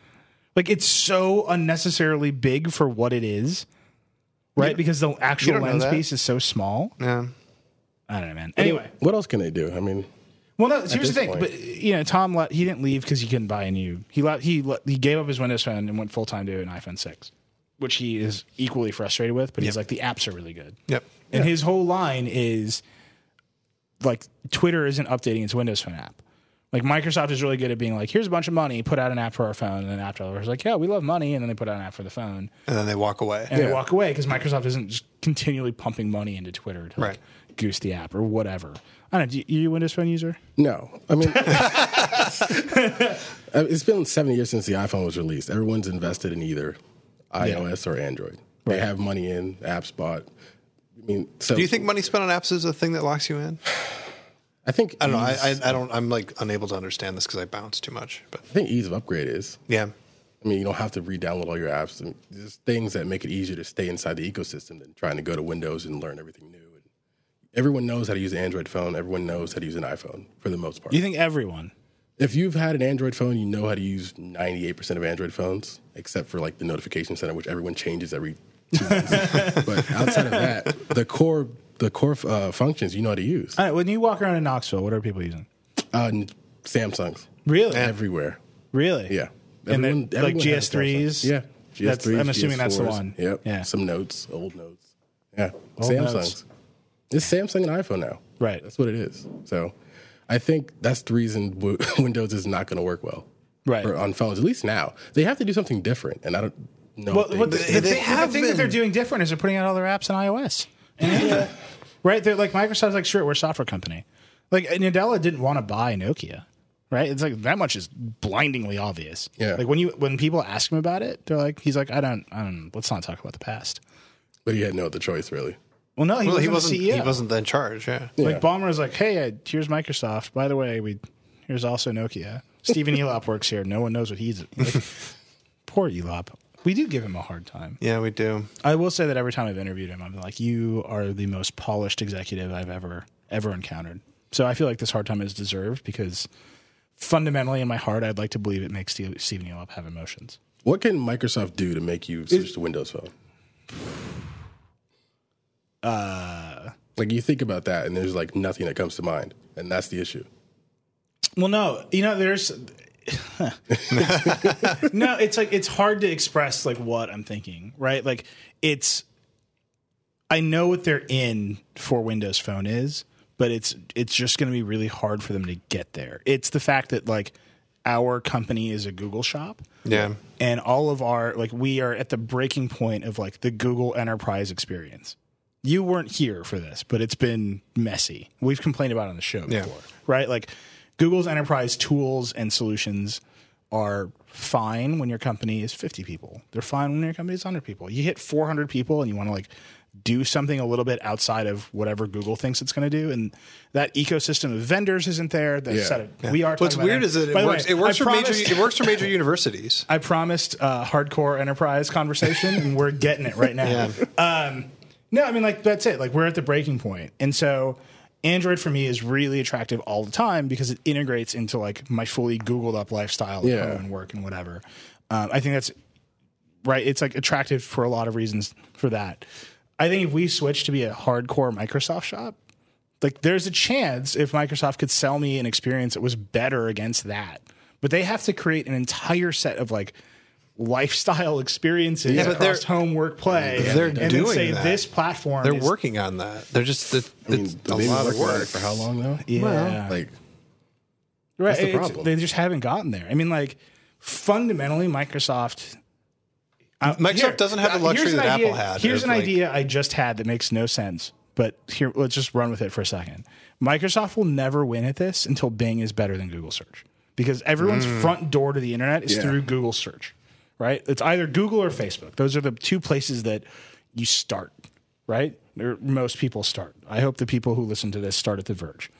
Speaker 1: Like it's so unnecessarily big for what it is, right? because the actual
Speaker 2: don't know
Speaker 1: lens
Speaker 2: that.
Speaker 1: piece is so small.
Speaker 2: Yeah.
Speaker 1: I don't know, man. Anyway,
Speaker 3: What else can they do? I mean,
Speaker 1: well, no. Here's the
Speaker 3: this
Speaker 1: thing,
Speaker 3: point-
Speaker 1: but you know, Tom let, he didn't leave because he couldn't buy a new. He let, he let, he gave up his Windows Phone and went full time to an iPhone six, which he is equally frustrated with. But he's like, the apps are really good.
Speaker 2: Yep.
Speaker 1: And his whole line is like Twitter isn't updating its Windows Phone app. Like Microsoft is really good at being like, here's a bunch of money, put out an app for our phone, and then app developers are like, yeah, we love money, and then they put out an app for the phone,
Speaker 2: And then they walk away.
Speaker 1: and they walk away because Microsoft isn't just continually pumping money into Twitter to like,
Speaker 2: Right.
Speaker 1: goose the app or whatever. I don't know. Do you, you a Windows Phone user?
Speaker 3: no. I mean, I- it's been seven years since the iPhone was released. Everyone's invested in either iOS or Android. They have money in apps bought. I mean, so
Speaker 2: Do you think money spent on apps is a thing that locks you in?
Speaker 3: I think
Speaker 2: I don't know. I,
Speaker 3: ease-
Speaker 2: I, I don't. I'm like unable to understand this because I bounce too much. But
Speaker 3: I think ease of upgrade is.
Speaker 2: yeah,
Speaker 3: I mean, you don't have to re-download all your apps. And there's things that make it easier to stay inside the ecosystem than trying to go to Windows and learn everything new. And everyone knows how to use an Android phone. Everyone knows how to use an iPhone for the most part.
Speaker 1: Do you think everyone?
Speaker 3: if you've had an Android phone, you know how to use 98% of Android phones, except for like the notification center, which everyone changes every two months. but outside of that, the core the core uh, functions you know how to use.
Speaker 1: I don't know, when you walk around in Knoxville, what are people using?
Speaker 3: Uh, n- Samsungs
Speaker 1: Really?
Speaker 3: everywhere.
Speaker 1: Really?
Speaker 3: Yeah.
Speaker 1: And then, like,
Speaker 3: everyone has a Samsung.
Speaker 1: GS3s?
Speaker 3: Yeah.
Speaker 1: That's- I'm assuming that's the
Speaker 3: GS4s.
Speaker 1: one.
Speaker 3: Yep.
Speaker 1: Yeah.
Speaker 3: Some notes, old notes. Yeah.
Speaker 1: Old
Speaker 3: Samsungs.
Speaker 1: notes.
Speaker 3: It's Samsung and iPhone now.
Speaker 1: Right.
Speaker 3: That's what it is. So I think that's the reason w- Windows is not going to work well.
Speaker 1: Right.
Speaker 3: for- on phones, at least now. They have to do something different. And I don't know.
Speaker 1: Well,
Speaker 3: if they-
Speaker 1: what the, the
Speaker 2: They- they
Speaker 1: thing, the
Speaker 2: have
Speaker 1: thing that
Speaker 2: been.
Speaker 1: they're doing different is they're putting out all their apps on iOS. right? They're like Microsoft's like, sure, we're a software company. Like Nadella didn't want to buy Nokia, right? It's like that much is blindingly obvious.
Speaker 3: Yeah.
Speaker 1: Like when you when people ask him about it, they're like, he's like, I don't, I don't. Let's not talk about the past.
Speaker 3: but he had no other choice, really.
Speaker 1: Well, no, he
Speaker 2: well,
Speaker 1: wasn't,
Speaker 2: he wasn't.
Speaker 1: the E CEO.
Speaker 2: He wasn't in charge. Yeah.
Speaker 1: Like Ballmer was like, hey, uh, here's Microsoft. By the way, we here's also Nokia. Stephen Elop works here. No one knows what he's. Like, poor Elop. We do give him a hard time.
Speaker 2: Yeah, we do.
Speaker 1: I will say that every time I've interviewed him, I'm like, you are the most polished executive I've ever ever encountered. So I feel like this hard time is deserved because fundamentally, in my heart, I'd like to believe it makes Steve- Stephen Elop have emotions.
Speaker 3: What can Microsoft do to make you switch to Windows Phone?
Speaker 1: Uh.
Speaker 3: like you think about that, and there's like nothing that comes to mind, and that's the issue.
Speaker 1: Well, no, you know, there's no. It's like it's hard to express like what I'm thinking, right? Like it's I know what they're in for Windows Phone is, but it's it's just going to be really hard for them to get there. It's the fact that like our company is a Google shop
Speaker 2: Yeah.
Speaker 1: and all of our like we are at the breaking point of like the Google enterprise experience. You weren't here for this, but it's been messy. We've complained about it on the show
Speaker 2: Yeah.
Speaker 1: before, right? Like Google's enterprise tools and solutions are fine when your company is 50 people. They're fine when your company is 100 people. You hit 400 people and you want to like do something a little bit outside of whatever Google thinks it's going to do, and that ecosystem of vendors isn't there. The
Speaker 3: Yeah.
Speaker 1: set of, we are.
Speaker 2: What's
Speaker 1: talking about
Speaker 2: weird
Speaker 1: that.
Speaker 2: is that it
Speaker 1: By the
Speaker 2: works.
Speaker 1: way,
Speaker 2: it works
Speaker 1: I
Speaker 2: for major. It works for major universities.
Speaker 1: I promised uh, hardcore enterprise conversation, and we're getting it right now. Um, no, I mean like that's it. Like we're at the breaking point, and so Android for me is really attractive all the time because it integrates into like my fully Googled up lifestyle,
Speaker 3: Yeah.
Speaker 1: at home and work and whatever. Um, I think that's right. It's like attractive for a lot of reasons for that. I think if we switch to be a hardcore Microsoft shop, like there's a chance if Microsoft could sell me an experience that was better against that. But they have to create an entire set of like lifestyle experiences
Speaker 2: Yeah, but they're-
Speaker 1: across home, work, play.
Speaker 2: they're
Speaker 1: and then
Speaker 2: doing
Speaker 1: say
Speaker 2: that.
Speaker 1: this platform.
Speaker 2: They're
Speaker 1: is-
Speaker 2: working on that. They're just it,
Speaker 3: I mean,
Speaker 2: it's
Speaker 3: they've
Speaker 2: a
Speaker 3: been
Speaker 2: lot of
Speaker 3: working on it
Speaker 2: work.
Speaker 3: for how long now?
Speaker 1: Yeah.
Speaker 3: Like
Speaker 1: Right.
Speaker 3: That's the
Speaker 1: it's-
Speaker 3: problem.
Speaker 1: They just haven't gotten there. I mean, like fundamentally, Microsoft. I-
Speaker 2: Microsoft doesn't have the
Speaker 1: uh,
Speaker 2: luxury
Speaker 1: here's an
Speaker 2: that
Speaker 1: idea-
Speaker 2: Apple had
Speaker 1: Here's
Speaker 2: of,
Speaker 1: an
Speaker 2: like-
Speaker 1: idea I just had that makes no sense, but here let's just run with it for a second. Microsoft will never win at this until Bing is better than Google search because everyone's
Speaker 4: Mm.
Speaker 1: front door to the internet is
Speaker 3: Yeah.
Speaker 1: through Google search, right? It's either Google or Facebook. Those are the two places that you start, right? Or most people start. I hope the people who listen to this start at The Verge,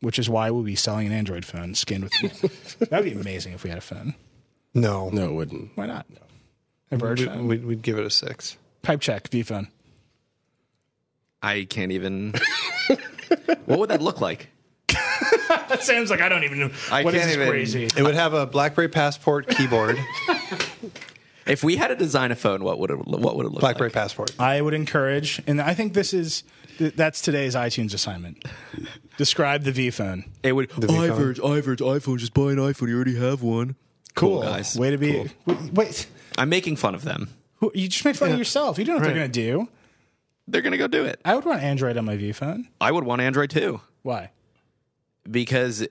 Speaker 1: which is why we'll be selling an Android phone skinned with. That'd be amazing if we had a phone.
Speaker 2: No,
Speaker 3: no, it wouldn't.
Speaker 1: Why not? A Verge
Speaker 2: We,
Speaker 1: phone.
Speaker 2: we'd, we'd give it a six.
Speaker 1: Pipe check, V phone.
Speaker 4: I can't even. what would that look like?
Speaker 1: Sam's like, I don't even know.
Speaker 4: I
Speaker 1: What is
Speaker 4: can't
Speaker 1: this
Speaker 4: even-
Speaker 1: crazy?
Speaker 2: It would have a BlackBerry Passport keyboard.
Speaker 4: If we had to design a phone, what would it? What would it look
Speaker 2: BlackBerry
Speaker 4: like?
Speaker 2: Passport.
Speaker 1: I would encourage, and I think this is th- that's today's iTunes assignment. Describe the V phone.
Speaker 4: It would. oh,
Speaker 5: iVerge, iVerge, iPhone. Just buy an iPhone. You already have one.
Speaker 1: Cool,
Speaker 4: guys.
Speaker 1: Way to be. w- Wait,
Speaker 4: I'm making fun of them.
Speaker 1: who- you just make fun of yourself. You don't know what they're gonna do.
Speaker 4: They're gonna go do it.
Speaker 1: I would want Android on my V phone.
Speaker 4: I would want Android too
Speaker 1: Why?
Speaker 4: because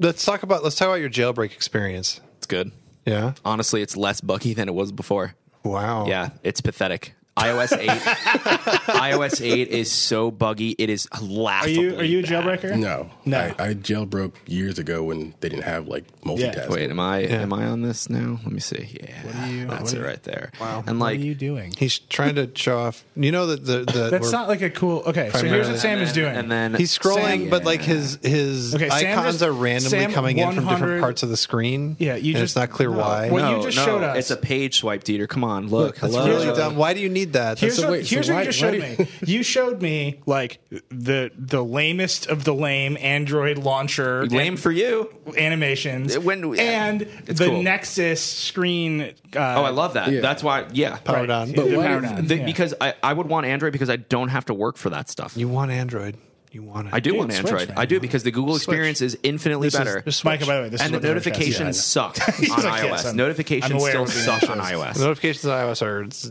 Speaker 2: Let's talk about. Let's talk about your jailbreak experience.
Speaker 4: it's good.
Speaker 2: Yeah.
Speaker 4: Honestly, it's less buggy than it was before.
Speaker 2: Wow.
Speaker 4: Yeah, it's pathetic. iOS eight. iOS eight is so buggy. It is
Speaker 1: Are
Speaker 4: laughable.
Speaker 1: you are you a jailbreaker?
Speaker 3: No,
Speaker 1: No.
Speaker 3: I, I jailbroke years ago when they didn't have like multitasking.
Speaker 4: Wait, am I am I on this now? Let me see. Yeah,
Speaker 1: you-
Speaker 4: that's
Speaker 1: what
Speaker 4: it
Speaker 1: are you-
Speaker 4: right there. Wow. And like,
Speaker 1: What are you doing?
Speaker 2: He's trying to show off. You know that the, the
Speaker 1: That's
Speaker 2: we're-
Speaker 1: not like a cool. Okay, so here's
Speaker 2: Primarily.
Speaker 1: what Sam is doing.
Speaker 4: and then
Speaker 2: He's scrolling,
Speaker 1: Sam-
Speaker 2: but like his his
Speaker 1: Okay, Sam
Speaker 2: icons
Speaker 1: just-
Speaker 2: are randomly
Speaker 1: Sam
Speaker 2: coming in from
Speaker 1: 100
Speaker 2: different parts of the screen.
Speaker 1: Yeah, you
Speaker 2: and
Speaker 1: just-
Speaker 2: it's not clear
Speaker 1: no.
Speaker 2: why.
Speaker 1: What
Speaker 4: no,
Speaker 1: you just
Speaker 4: no,
Speaker 1: showed us-
Speaker 4: It's a page swipe, Dieter. Come on, look.
Speaker 2: That's
Speaker 4: hello.
Speaker 2: really dumb. Why do you need that?
Speaker 1: Here's,
Speaker 2: That's
Speaker 1: what,
Speaker 3: wait, so
Speaker 1: here's what
Speaker 3: why-
Speaker 1: you just
Speaker 3: why
Speaker 1: showed
Speaker 3: do-
Speaker 1: me. You showed me like the the lamest of the lame Android launcher
Speaker 4: Lame for you.
Speaker 1: animations.
Speaker 4: It- when- yeah.
Speaker 1: and
Speaker 4: It's
Speaker 1: the
Speaker 4: cool.
Speaker 1: Nexus screen. Uh,
Speaker 4: Oh, I love that. That's why. Yeah.
Speaker 2: powered on.
Speaker 1: But
Speaker 3: But why-
Speaker 4: The- Because I, I would want Android because I don't have to work for that stuff.
Speaker 2: you want Android. You want it.
Speaker 4: I do
Speaker 1: Dude,
Speaker 4: want
Speaker 1: switch,
Speaker 4: Android.
Speaker 1: man.
Speaker 4: I do because the Google experience is infinitely better.
Speaker 2: Just
Speaker 1: Micah, by the way, this is
Speaker 4: and the
Speaker 1: what
Speaker 4: notifications
Speaker 1: podcast is.
Speaker 4: suck on
Speaker 1: like, yes,
Speaker 4: iOS.
Speaker 1: I'm- I'm
Speaker 4: notifications
Speaker 1: aware
Speaker 4: still
Speaker 1: of the
Speaker 4: suck on iOS.
Speaker 2: notifications on iOS are. it's-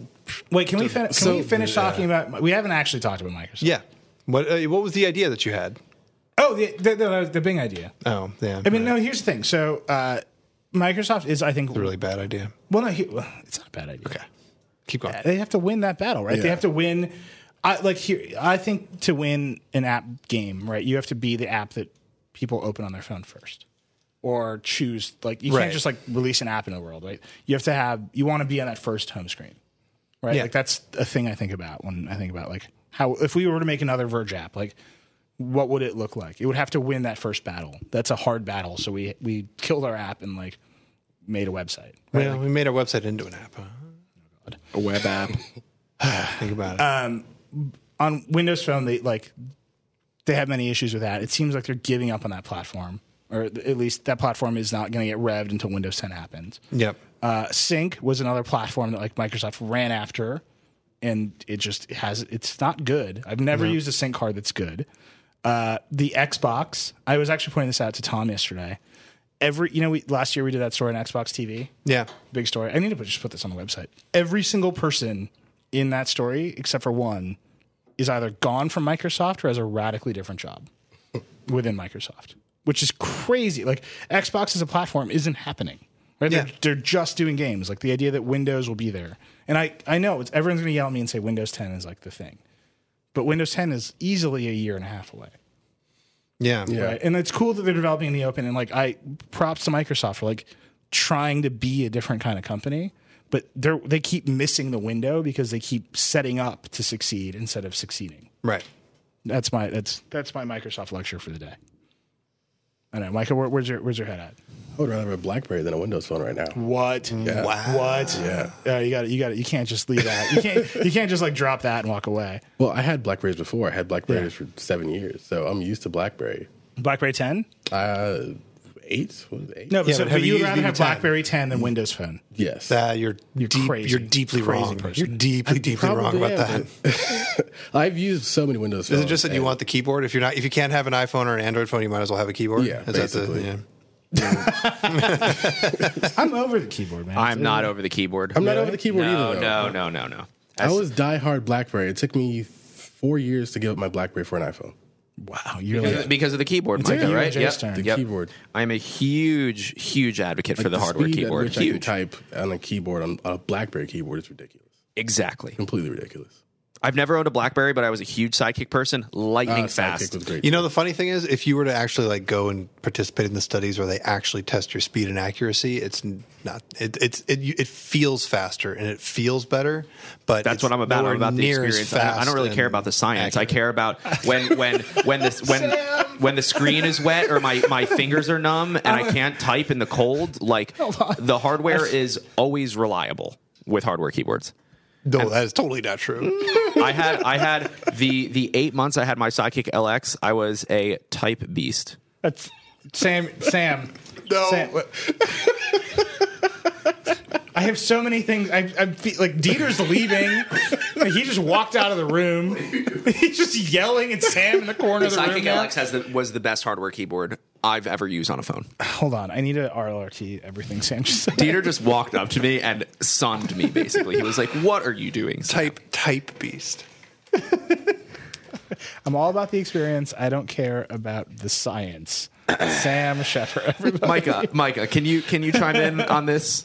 Speaker 1: Wait, can we fin- can
Speaker 2: So-
Speaker 1: we finish talking about? We haven't actually talked about Microsoft.
Speaker 2: Yeah. What uh, What was the idea that you had?
Speaker 1: Oh, the the, the, the Bing idea.
Speaker 2: Oh, yeah.
Speaker 1: I mean, no. Here's the thing. So uh, Microsoft is, I think,
Speaker 2: really bad idea.
Speaker 1: well, no, he, well, it's not a bad idea. Okay.
Speaker 2: Keep going.
Speaker 1: they have to win that battle, right? They
Speaker 3: Yeah.
Speaker 1: have to win. I like here. I think to win an app game, right, you have to be the app that people open on their phone first, or choose. Like you
Speaker 2: Right.
Speaker 1: can't just like release an app in the world, right? You have to have. You want to be on that first home screen, right?
Speaker 2: Yeah.
Speaker 1: Like that's a thing I think about when I think about like how if we were to make another Verge app, like what would it look like? It would have to win that first battle. That's a hard battle. So we we killed our app and like made a website. Right?
Speaker 2: Well, we made our website into an app. Huh?
Speaker 5: A web app.
Speaker 2: Think about it.
Speaker 1: Uh, on Windows Phone, they like they have many issues with that. It seems like they're giving up on that platform, or at least that platform is not going to get revved until Windows 10 happens.
Speaker 2: yep.
Speaker 1: Uh, Sync was another platform that like Microsoft ran after, and it just has it's not good. I've never used a Sync card that's good. Uh, the Xbox, I was actually pointing this out to Tom yesterday. Every you know, we, last year we did that story on Xbox TV
Speaker 2: Yeah.
Speaker 1: big story. I need to put, just put this on the website. Every single person in that story, except for one, is either gone from Microsoft or has a radically different job within Microsoft, which is crazy. Like Xbox as a platform isn't happening. Right?
Speaker 2: Yeah.
Speaker 1: They're, they're just doing games. Like the idea that Windows will be there. And I, I know it's, everyone's going to yell at me and say Windows 10 is like the thing. But Windows 10 is easily a year and a half away.
Speaker 2: Yeah. Yeah.
Speaker 1: Right. And it's cool that they're developing in the open. And like, I props to Microsoft for like trying to be a different kind of company. but they're they keep missing the window because they keep setting up to succeed instead of succeeding.
Speaker 2: Right.
Speaker 1: That's my that's that's my Microsoft lecture for the day. I know, Michael. Where, where's your where's your head at?
Speaker 3: I would rather have a BlackBerry than a Windows phone right now.
Speaker 1: What? What?
Speaker 3: Yeah.
Speaker 1: Uh, you got it. You got it. You can't just leave that. You can't. you can't just like drop that and walk away.
Speaker 3: Well, I had Blackberries before. I had Blackberries for seven years, so I'm used to Blackberry.
Speaker 1: BlackBerry 10?
Speaker 3: Uh, eight? What is it, eight?
Speaker 1: No, but,
Speaker 2: Yeah,
Speaker 1: so,
Speaker 2: but
Speaker 1: but,
Speaker 2: have you
Speaker 1: you would
Speaker 2: used
Speaker 1: rather have
Speaker 2: BB10?
Speaker 1: BlackBerry 10 than Windows Phone.
Speaker 3: Yes.
Speaker 2: Uh, you're you're, deep,
Speaker 1: crazy.
Speaker 2: you're deeply
Speaker 1: Crazy
Speaker 2: wrong.
Speaker 1: person.
Speaker 2: You're deeply deeply wrong
Speaker 3: Probably
Speaker 2: about that.
Speaker 3: am, but- I've used so many Windows phones.
Speaker 2: Is it just that you
Speaker 3: and-
Speaker 2: want the keyboard? If you're not, if you can't have an iPhone or an Android phone, you might as well have a keyboard.
Speaker 3: Yeah,
Speaker 2: Is that the-
Speaker 3: basically.
Speaker 2: yeah.
Speaker 1: I'm over the keyboard, man.
Speaker 4: I'm not over the keyboard.
Speaker 3: I'm not over the keyboard
Speaker 4: no,
Speaker 3: either.
Speaker 4: No, no,
Speaker 3: though.
Speaker 4: no, no.
Speaker 3: I was diehard BlackBerry. It took me four years to give up my BlackBerry for an iPhone.
Speaker 1: Wow, you're
Speaker 4: Because,
Speaker 1: like,
Speaker 4: because of the keyboard,
Speaker 1: like
Speaker 4: Micah,
Speaker 1: you and
Speaker 4: right?
Speaker 1: Jay's
Speaker 4: Yep.
Speaker 1: turn.
Speaker 3: The
Speaker 4: Yep.
Speaker 3: keyboard.
Speaker 4: I'm a huge, huge advocate for
Speaker 3: Like,
Speaker 4: the, hardware
Speaker 3: speed at
Speaker 4: keyboard.
Speaker 3: which I can
Speaker 4: Huge.
Speaker 3: type on a keyboard on on a BlackBerry keyboard is ridiculous.
Speaker 4: Exactly.
Speaker 3: Completely ridiculous.
Speaker 4: I've never owned a BlackBerry, but I was a huge sidekick person. Lightning
Speaker 3: Uh, Sidekick
Speaker 4: fast.
Speaker 3: was great.
Speaker 2: You know, the funny thing is, if you were to actually like go and participate in the studies where they actually test your speed and accuracy, it's n- not. It, it's it, you- it feels faster and it feels better. But
Speaker 4: That's
Speaker 2: it's
Speaker 4: what I'm about.
Speaker 2: nowhere
Speaker 4: I'm about the
Speaker 2: near as
Speaker 4: experience. I don't, I don't really
Speaker 2: fast
Speaker 4: care about the
Speaker 2: and
Speaker 4: science. I
Speaker 2: accurate.
Speaker 4: care about when when when this when when the screen is wet or my my fingers are numb and
Speaker 3: Uh-huh.
Speaker 4: I can't type in the cold. Like the hardware is always reliable with hardware keyboards.
Speaker 2: No, that is totally not true.
Speaker 4: I had I had the the eight months I had my Sidekick LX. I was a type beast.
Speaker 1: that's, Sam, Sam.
Speaker 2: No.
Speaker 1: Sam, what- I have so many things. I, I feel like Dieter's leaving. Like, he just walked out of the room. He's just yelling at Sam in the corner of the room.
Speaker 4: Sidekick
Speaker 1: now.
Speaker 4: LX has the, was the best hardware keyboard I've ever used on a phone.
Speaker 1: Hold on, I need to RLRT everything Sam just said.
Speaker 4: Dieter just walked up to me and sunned me. Basically, he was like, "What are you doing?" Sam?"
Speaker 2: type type beast.
Speaker 1: I'm all about the experience. I don't care about the science. Sam Sheffer, everybody.
Speaker 4: Micah, Micah, can you can you chime in on this?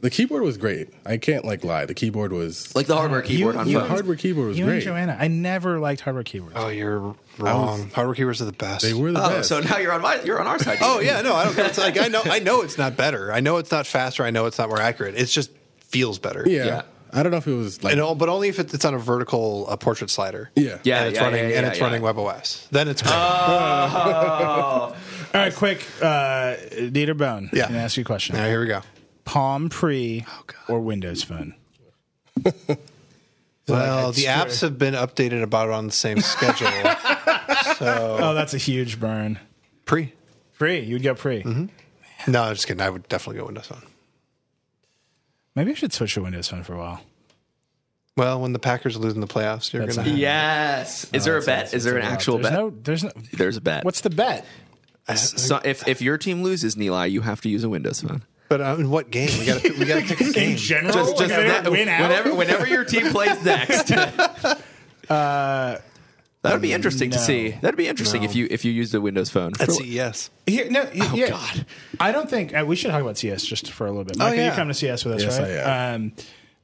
Speaker 3: the keyboard was great. I can't like lie. The keyboard was
Speaker 4: Like the hardware keyboard on
Speaker 3: the
Speaker 4: phones.
Speaker 3: hardware keyboard was
Speaker 1: You and
Speaker 3: great.
Speaker 1: Joanna, I never liked hardware keyboards.
Speaker 2: Oh, you're wrong. Hardware keyboards are the best.
Speaker 3: They were the
Speaker 4: oh,
Speaker 3: best.
Speaker 4: so now you're on my you're on our side.
Speaker 2: Oh yeah, no, I don't. It's like I know, I know it's not better. I know it's not faster. I know it's not more accurate. It just feels better.
Speaker 3: yeah.
Speaker 4: yeah.
Speaker 3: I don't know if it was like
Speaker 2: and all, but only if it, it's on a vertical uh, portrait slider.
Speaker 3: yeah
Speaker 4: Yeah,
Speaker 2: and it's
Speaker 4: yeah,
Speaker 2: running
Speaker 4: yeah,
Speaker 2: and
Speaker 4: yeah,
Speaker 2: it's
Speaker 4: yeah. Uh,
Speaker 2: running WebOS. Then it's great.
Speaker 1: All right, quick, uh, Dieter Bone.
Speaker 2: Yeah.
Speaker 1: I'm gonna ask you a question.
Speaker 2: now here we go.
Speaker 1: Palm Pre or Windows Phone?
Speaker 2: Well, the apps have been updated about on the same schedule.
Speaker 1: Oh, that's a huge burn.
Speaker 2: Pre?
Speaker 1: Pre, you'd go Pre.
Speaker 2: No, I'm just kidding. I would definitely go Windows Phone.
Speaker 1: Maybe I should switch to Windows Phone for a while.
Speaker 2: Well, when the Packers lose in the playoffs, you're
Speaker 1: That's
Speaker 2: gonna.
Speaker 1: not-
Speaker 4: Yes. Is there a bet? Is there an actual
Speaker 1: there's
Speaker 4: bet?
Speaker 1: No, there's no.
Speaker 4: There's a bet.
Speaker 1: What's the bet?
Speaker 4: so, if if your team loses, Neli, you have to use a Windows phone.
Speaker 2: But uh, in what game? We got to we got to pick a game.
Speaker 1: general,
Speaker 4: that- whenever whenever your team plays next. that would be interesting to
Speaker 1: Uh, no.
Speaker 4: see. That'd be interesting if you if you used a Windows phone.
Speaker 2: At CES.
Speaker 1: Here, no, yeah.
Speaker 4: Oh, God. Oh,
Speaker 1: I don't think uh, we should talk about CS just for a little bit. Michael,
Speaker 2: yeah.
Speaker 1: you come to CS with us,
Speaker 3: Yes,
Speaker 1: right?
Speaker 3: I
Speaker 1: Um,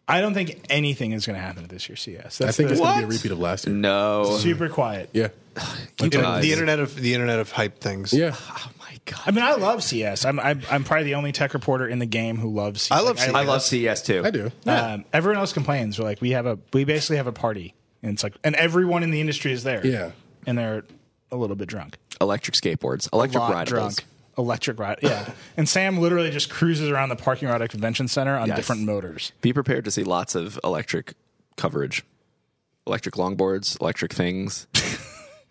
Speaker 1: I don't think anything is going to happen at this year's CS. That's
Speaker 3: I think
Speaker 1: the,
Speaker 3: it's gonna be a repeat of last year.
Speaker 4: no,
Speaker 1: super quiet.
Speaker 3: Yeah.
Speaker 4: you guys.
Speaker 2: The internet of the internet of hype things.
Speaker 3: Yeah.
Speaker 4: oh my
Speaker 1: I
Speaker 4: god,
Speaker 1: mean, I love CS. I'm, I'm I'm probably the only tech reporter in the game who loves. CS.
Speaker 2: I love
Speaker 1: Like,
Speaker 2: CS.
Speaker 4: I love CES too.
Speaker 3: I do.
Speaker 1: Um, everyone else complains. We're like, we have a, we basically have a party, and it's like, and everyone in the industry is there.
Speaker 3: Yeah.
Speaker 1: and they're a little bit drunk,
Speaker 4: Electric skateboards, electric
Speaker 1: lot
Speaker 4: rideables.
Speaker 1: drunk, electric ride. Yeah, and Sam literally just cruises around the parking lot at convention center on
Speaker 4: Yes.
Speaker 1: different motors.
Speaker 4: Be prepared to see lots of electric coverage, electric longboards, electric things.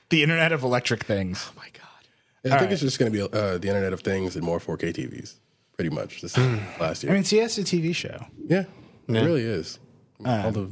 Speaker 1: The internet of electric things.
Speaker 4: Oh my god.
Speaker 3: I think it's just gonna be uh, the Internet of Things and more 4K TVs. Pretty much the same as last year.
Speaker 1: I mean, CS is a TV show.
Speaker 3: yeah, It really is.
Speaker 1: Uh,
Speaker 3: All the
Speaker 4: Uh,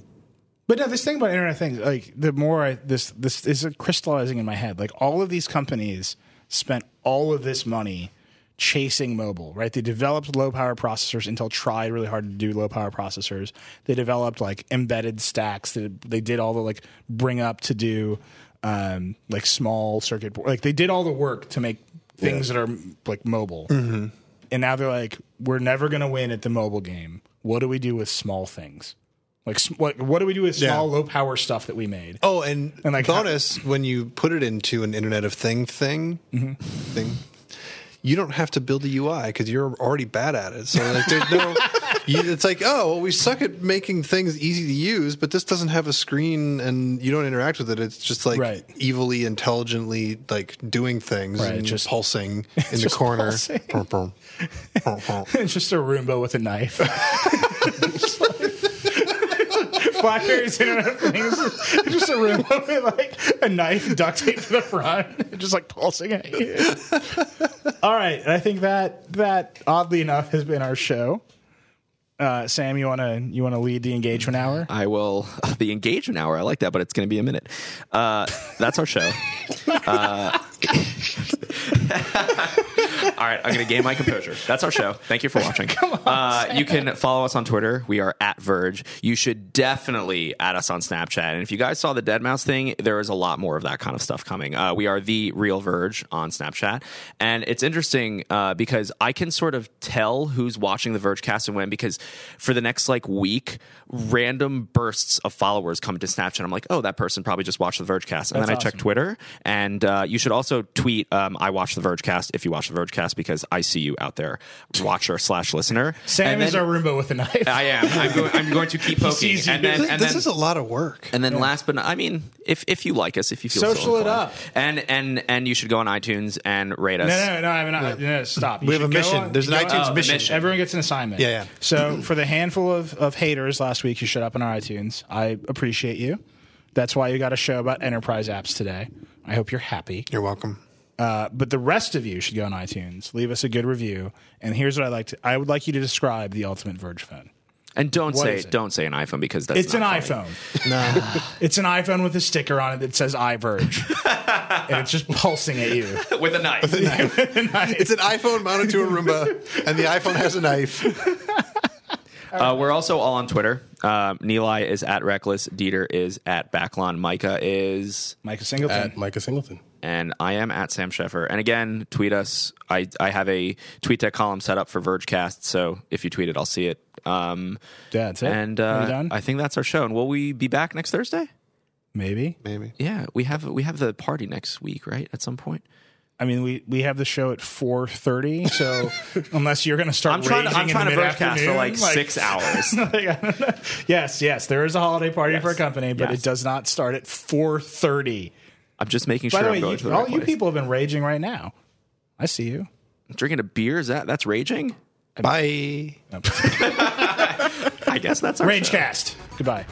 Speaker 1: But no, this thing about Internet of Things, like the more I, this this is crystallizing in my head. Like all of these companies spent all of this money chasing mobile, right? They developed low power processors. Intel tried really hard to do low power processors. They developed like embedded stacks. They, they did all the like bring up to do um, like small circuit board. Like they did all the work to make things that are like mobile. And now they're like, we're never going to win at the mobile game. What do we do with small things? Like, sm- what, what do we do with small,
Speaker 2: Yeah.
Speaker 1: low power stuff that we made?
Speaker 2: Oh, and,
Speaker 1: And, like,
Speaker 2: bonus when you put it into an Internet of Thing thing
Speaker 1: Mm-hmm.
Speaker 2: thing, you don't have to build a UI because you're already bad at it. So like, there's no you, it's like, oh, well, we suck at making things easy to use, but this doesn't have a screen and you don't interact with it. It's just like
Speaker 1: Right.
Speaker 2: evilly, intelligently, like doing things
Speaker 1: Right,
Speaker 2: and
Speaker 1: just-
Speaker 2: just pulsing in the
Speaker 1: just
Speaker 2: corner.
Speaker 1: pulsing.
Speaker 2: Brum, brum. Brum, brum.
Speaker 1: it's just a Roomba with a knife. Blackberry's Internet of Things. It's Just a Roomba with like a knife duct tape to the front, just like pulsing at you. All right, and I think that that oddly enough has been our show. Uh, Sam, you wanna you wanna lead the engagement hour?
Speaker 4: I will the engagement hour. I like that, but it's going to be a minute. Uh, that's our show. Uh, all right, I'm going to gain my composure. That's our show. Thank you for watching. uh, you can follow us on Twitter. We are at Verge. You should definitely add us on Snapchat. And if you guys saw the Dead Mouse thing, there is a lot more of that kind of stuff coming. Uh, we are the Real Verge on Snapchat, and it's interesting uh, because I can sort of tell who's watching the Verge cast and when because for the next like week, random bursts of followers come to Snapchat. I'm like, oh, that person probably just watched the Verge cast, and then I check Twitter. And uh, you should also tweet, um, I watch the Verge cast if you watch the Verge cast because I see you out there, watcher slash listener.
Speaker 1: Sam
Speaker 4: And
Speaker 1: is
Speaker 4: then-
Speaker 1: our Roomba with a knife.
Speaker 4: I am. I'm going, I'm going to keep poking.
Speaker 1: sees you.
Speaker 4: And then,
Speaker 2: this
Speaker 4: and
Speaker 2: this
Speaker 4: then,
Speaker 2: is a lot of work.
Speaker 4: and then last but not, I mean, if if you like us, if you feel so
Speaker 1: Social it
Speaker 4: inclined.
Speaker 1: up.
Speaker 4: and and and you should go on iTunes and rate us.
Speaker 1: No, no, no, I mean, I, no, no, stop. You
Speaker 2: We have a
Speaker 1: should go
Speaker 2: mission. There's an
Speaker 1: go
Speaker 2: iTunes
Speaker 1: oh,
Speaker 2: mission.
Speaker 1: mission. Everyone gets an assignment.
Speaker 2: Yeah, yeah.
Speaker 1: So for the handful of, of haters last week who showed up on our iTunes, I appreciate you. That's why you got a show about enterprise apps today. I hope you're happy.
Speaker 2: You're welcome.
Speaker 1: Uh, but the rest of you should go on iTunes, leave us a good review, and here's what I like to. I would like you to describe the ultimate Verge phone.
Speaker 4: And don't
Speaker 1: What
Speaker 4: say
Speaker 1: is it?
Speaker 4: don't say an iPhone because that's
Speaker 1: It's an
Speaker 4: not funny.
Speaker 1: iPhone. it's an iPhone with a sticker on it that says iVerge, and it's just pulsing at you.
Speaker 4: with a knife.
Speaker 2: It's an iPhone mounted to a Roomba, and the iPhone has a knife.
Speaker 4: Uh, we're also all on Twitter. Um, Neeli is at Reckless. Dieter is at Backlon. Micah is,
Speaker 1: Micah Singleton.
Speaker 4: Uh,
Speaker 3: At Micah Singleton.
Speaker 4: and I am at Sam Sheffer. And again, tweet us. I, I have a tweet tech column set up for Vergecast, so if you tweet it, I'll see it. Um,
Speaker 1: yeah, that's it.
Speaker 4: and
Speaker 1: Are we
Speaker 4: uh,
Speaker 1: done?
Speaker 4: I think that's our show. And will we be back next Thursday?
Speaker 1: Maybe.
Speaker 2: Maybe.
Speaker 4: Yeah, we have we have the party next week, right? At some point.
Speaker 1: I mean, we, we have the show at four thirty. So unless you're going to start,
Speaker 4: I'm trying.
Speaker 1: raging
Speaker 4: I'm
Speaker 1: in
Speaker 4: trying to
Speaker 1: the
Speaker 4: broadcast for
Speaker 1: mid-afternoon,
Speaker 4: like, six hours.
Speaker 1: like, I don't know. yes, yes, there is a holiday party for a
Speaker 4: Yes.
Speaker 1: company, but
Speaker 4: Yes.
Speaker 1: it does not start at four thirty.
Speaker 4: I'm just making
Speaker 1: By
Speaker 4: sure
Speaker 1: the way,
Speaker 4: I'm going
Speaker 1: you,
Speaker 4: to the
Speaker 1: all
Speaker 4: right
Speaker 1: you
Speaker 4: place.
Speaker 1: people have been raging right now. I see you.
Speaker 4: drinking a beer. Is that that's raging?
Speaker 2: Bye.
Speaker 4: I guess that's our show.
Speaker 1: Ragecast. Goodbye.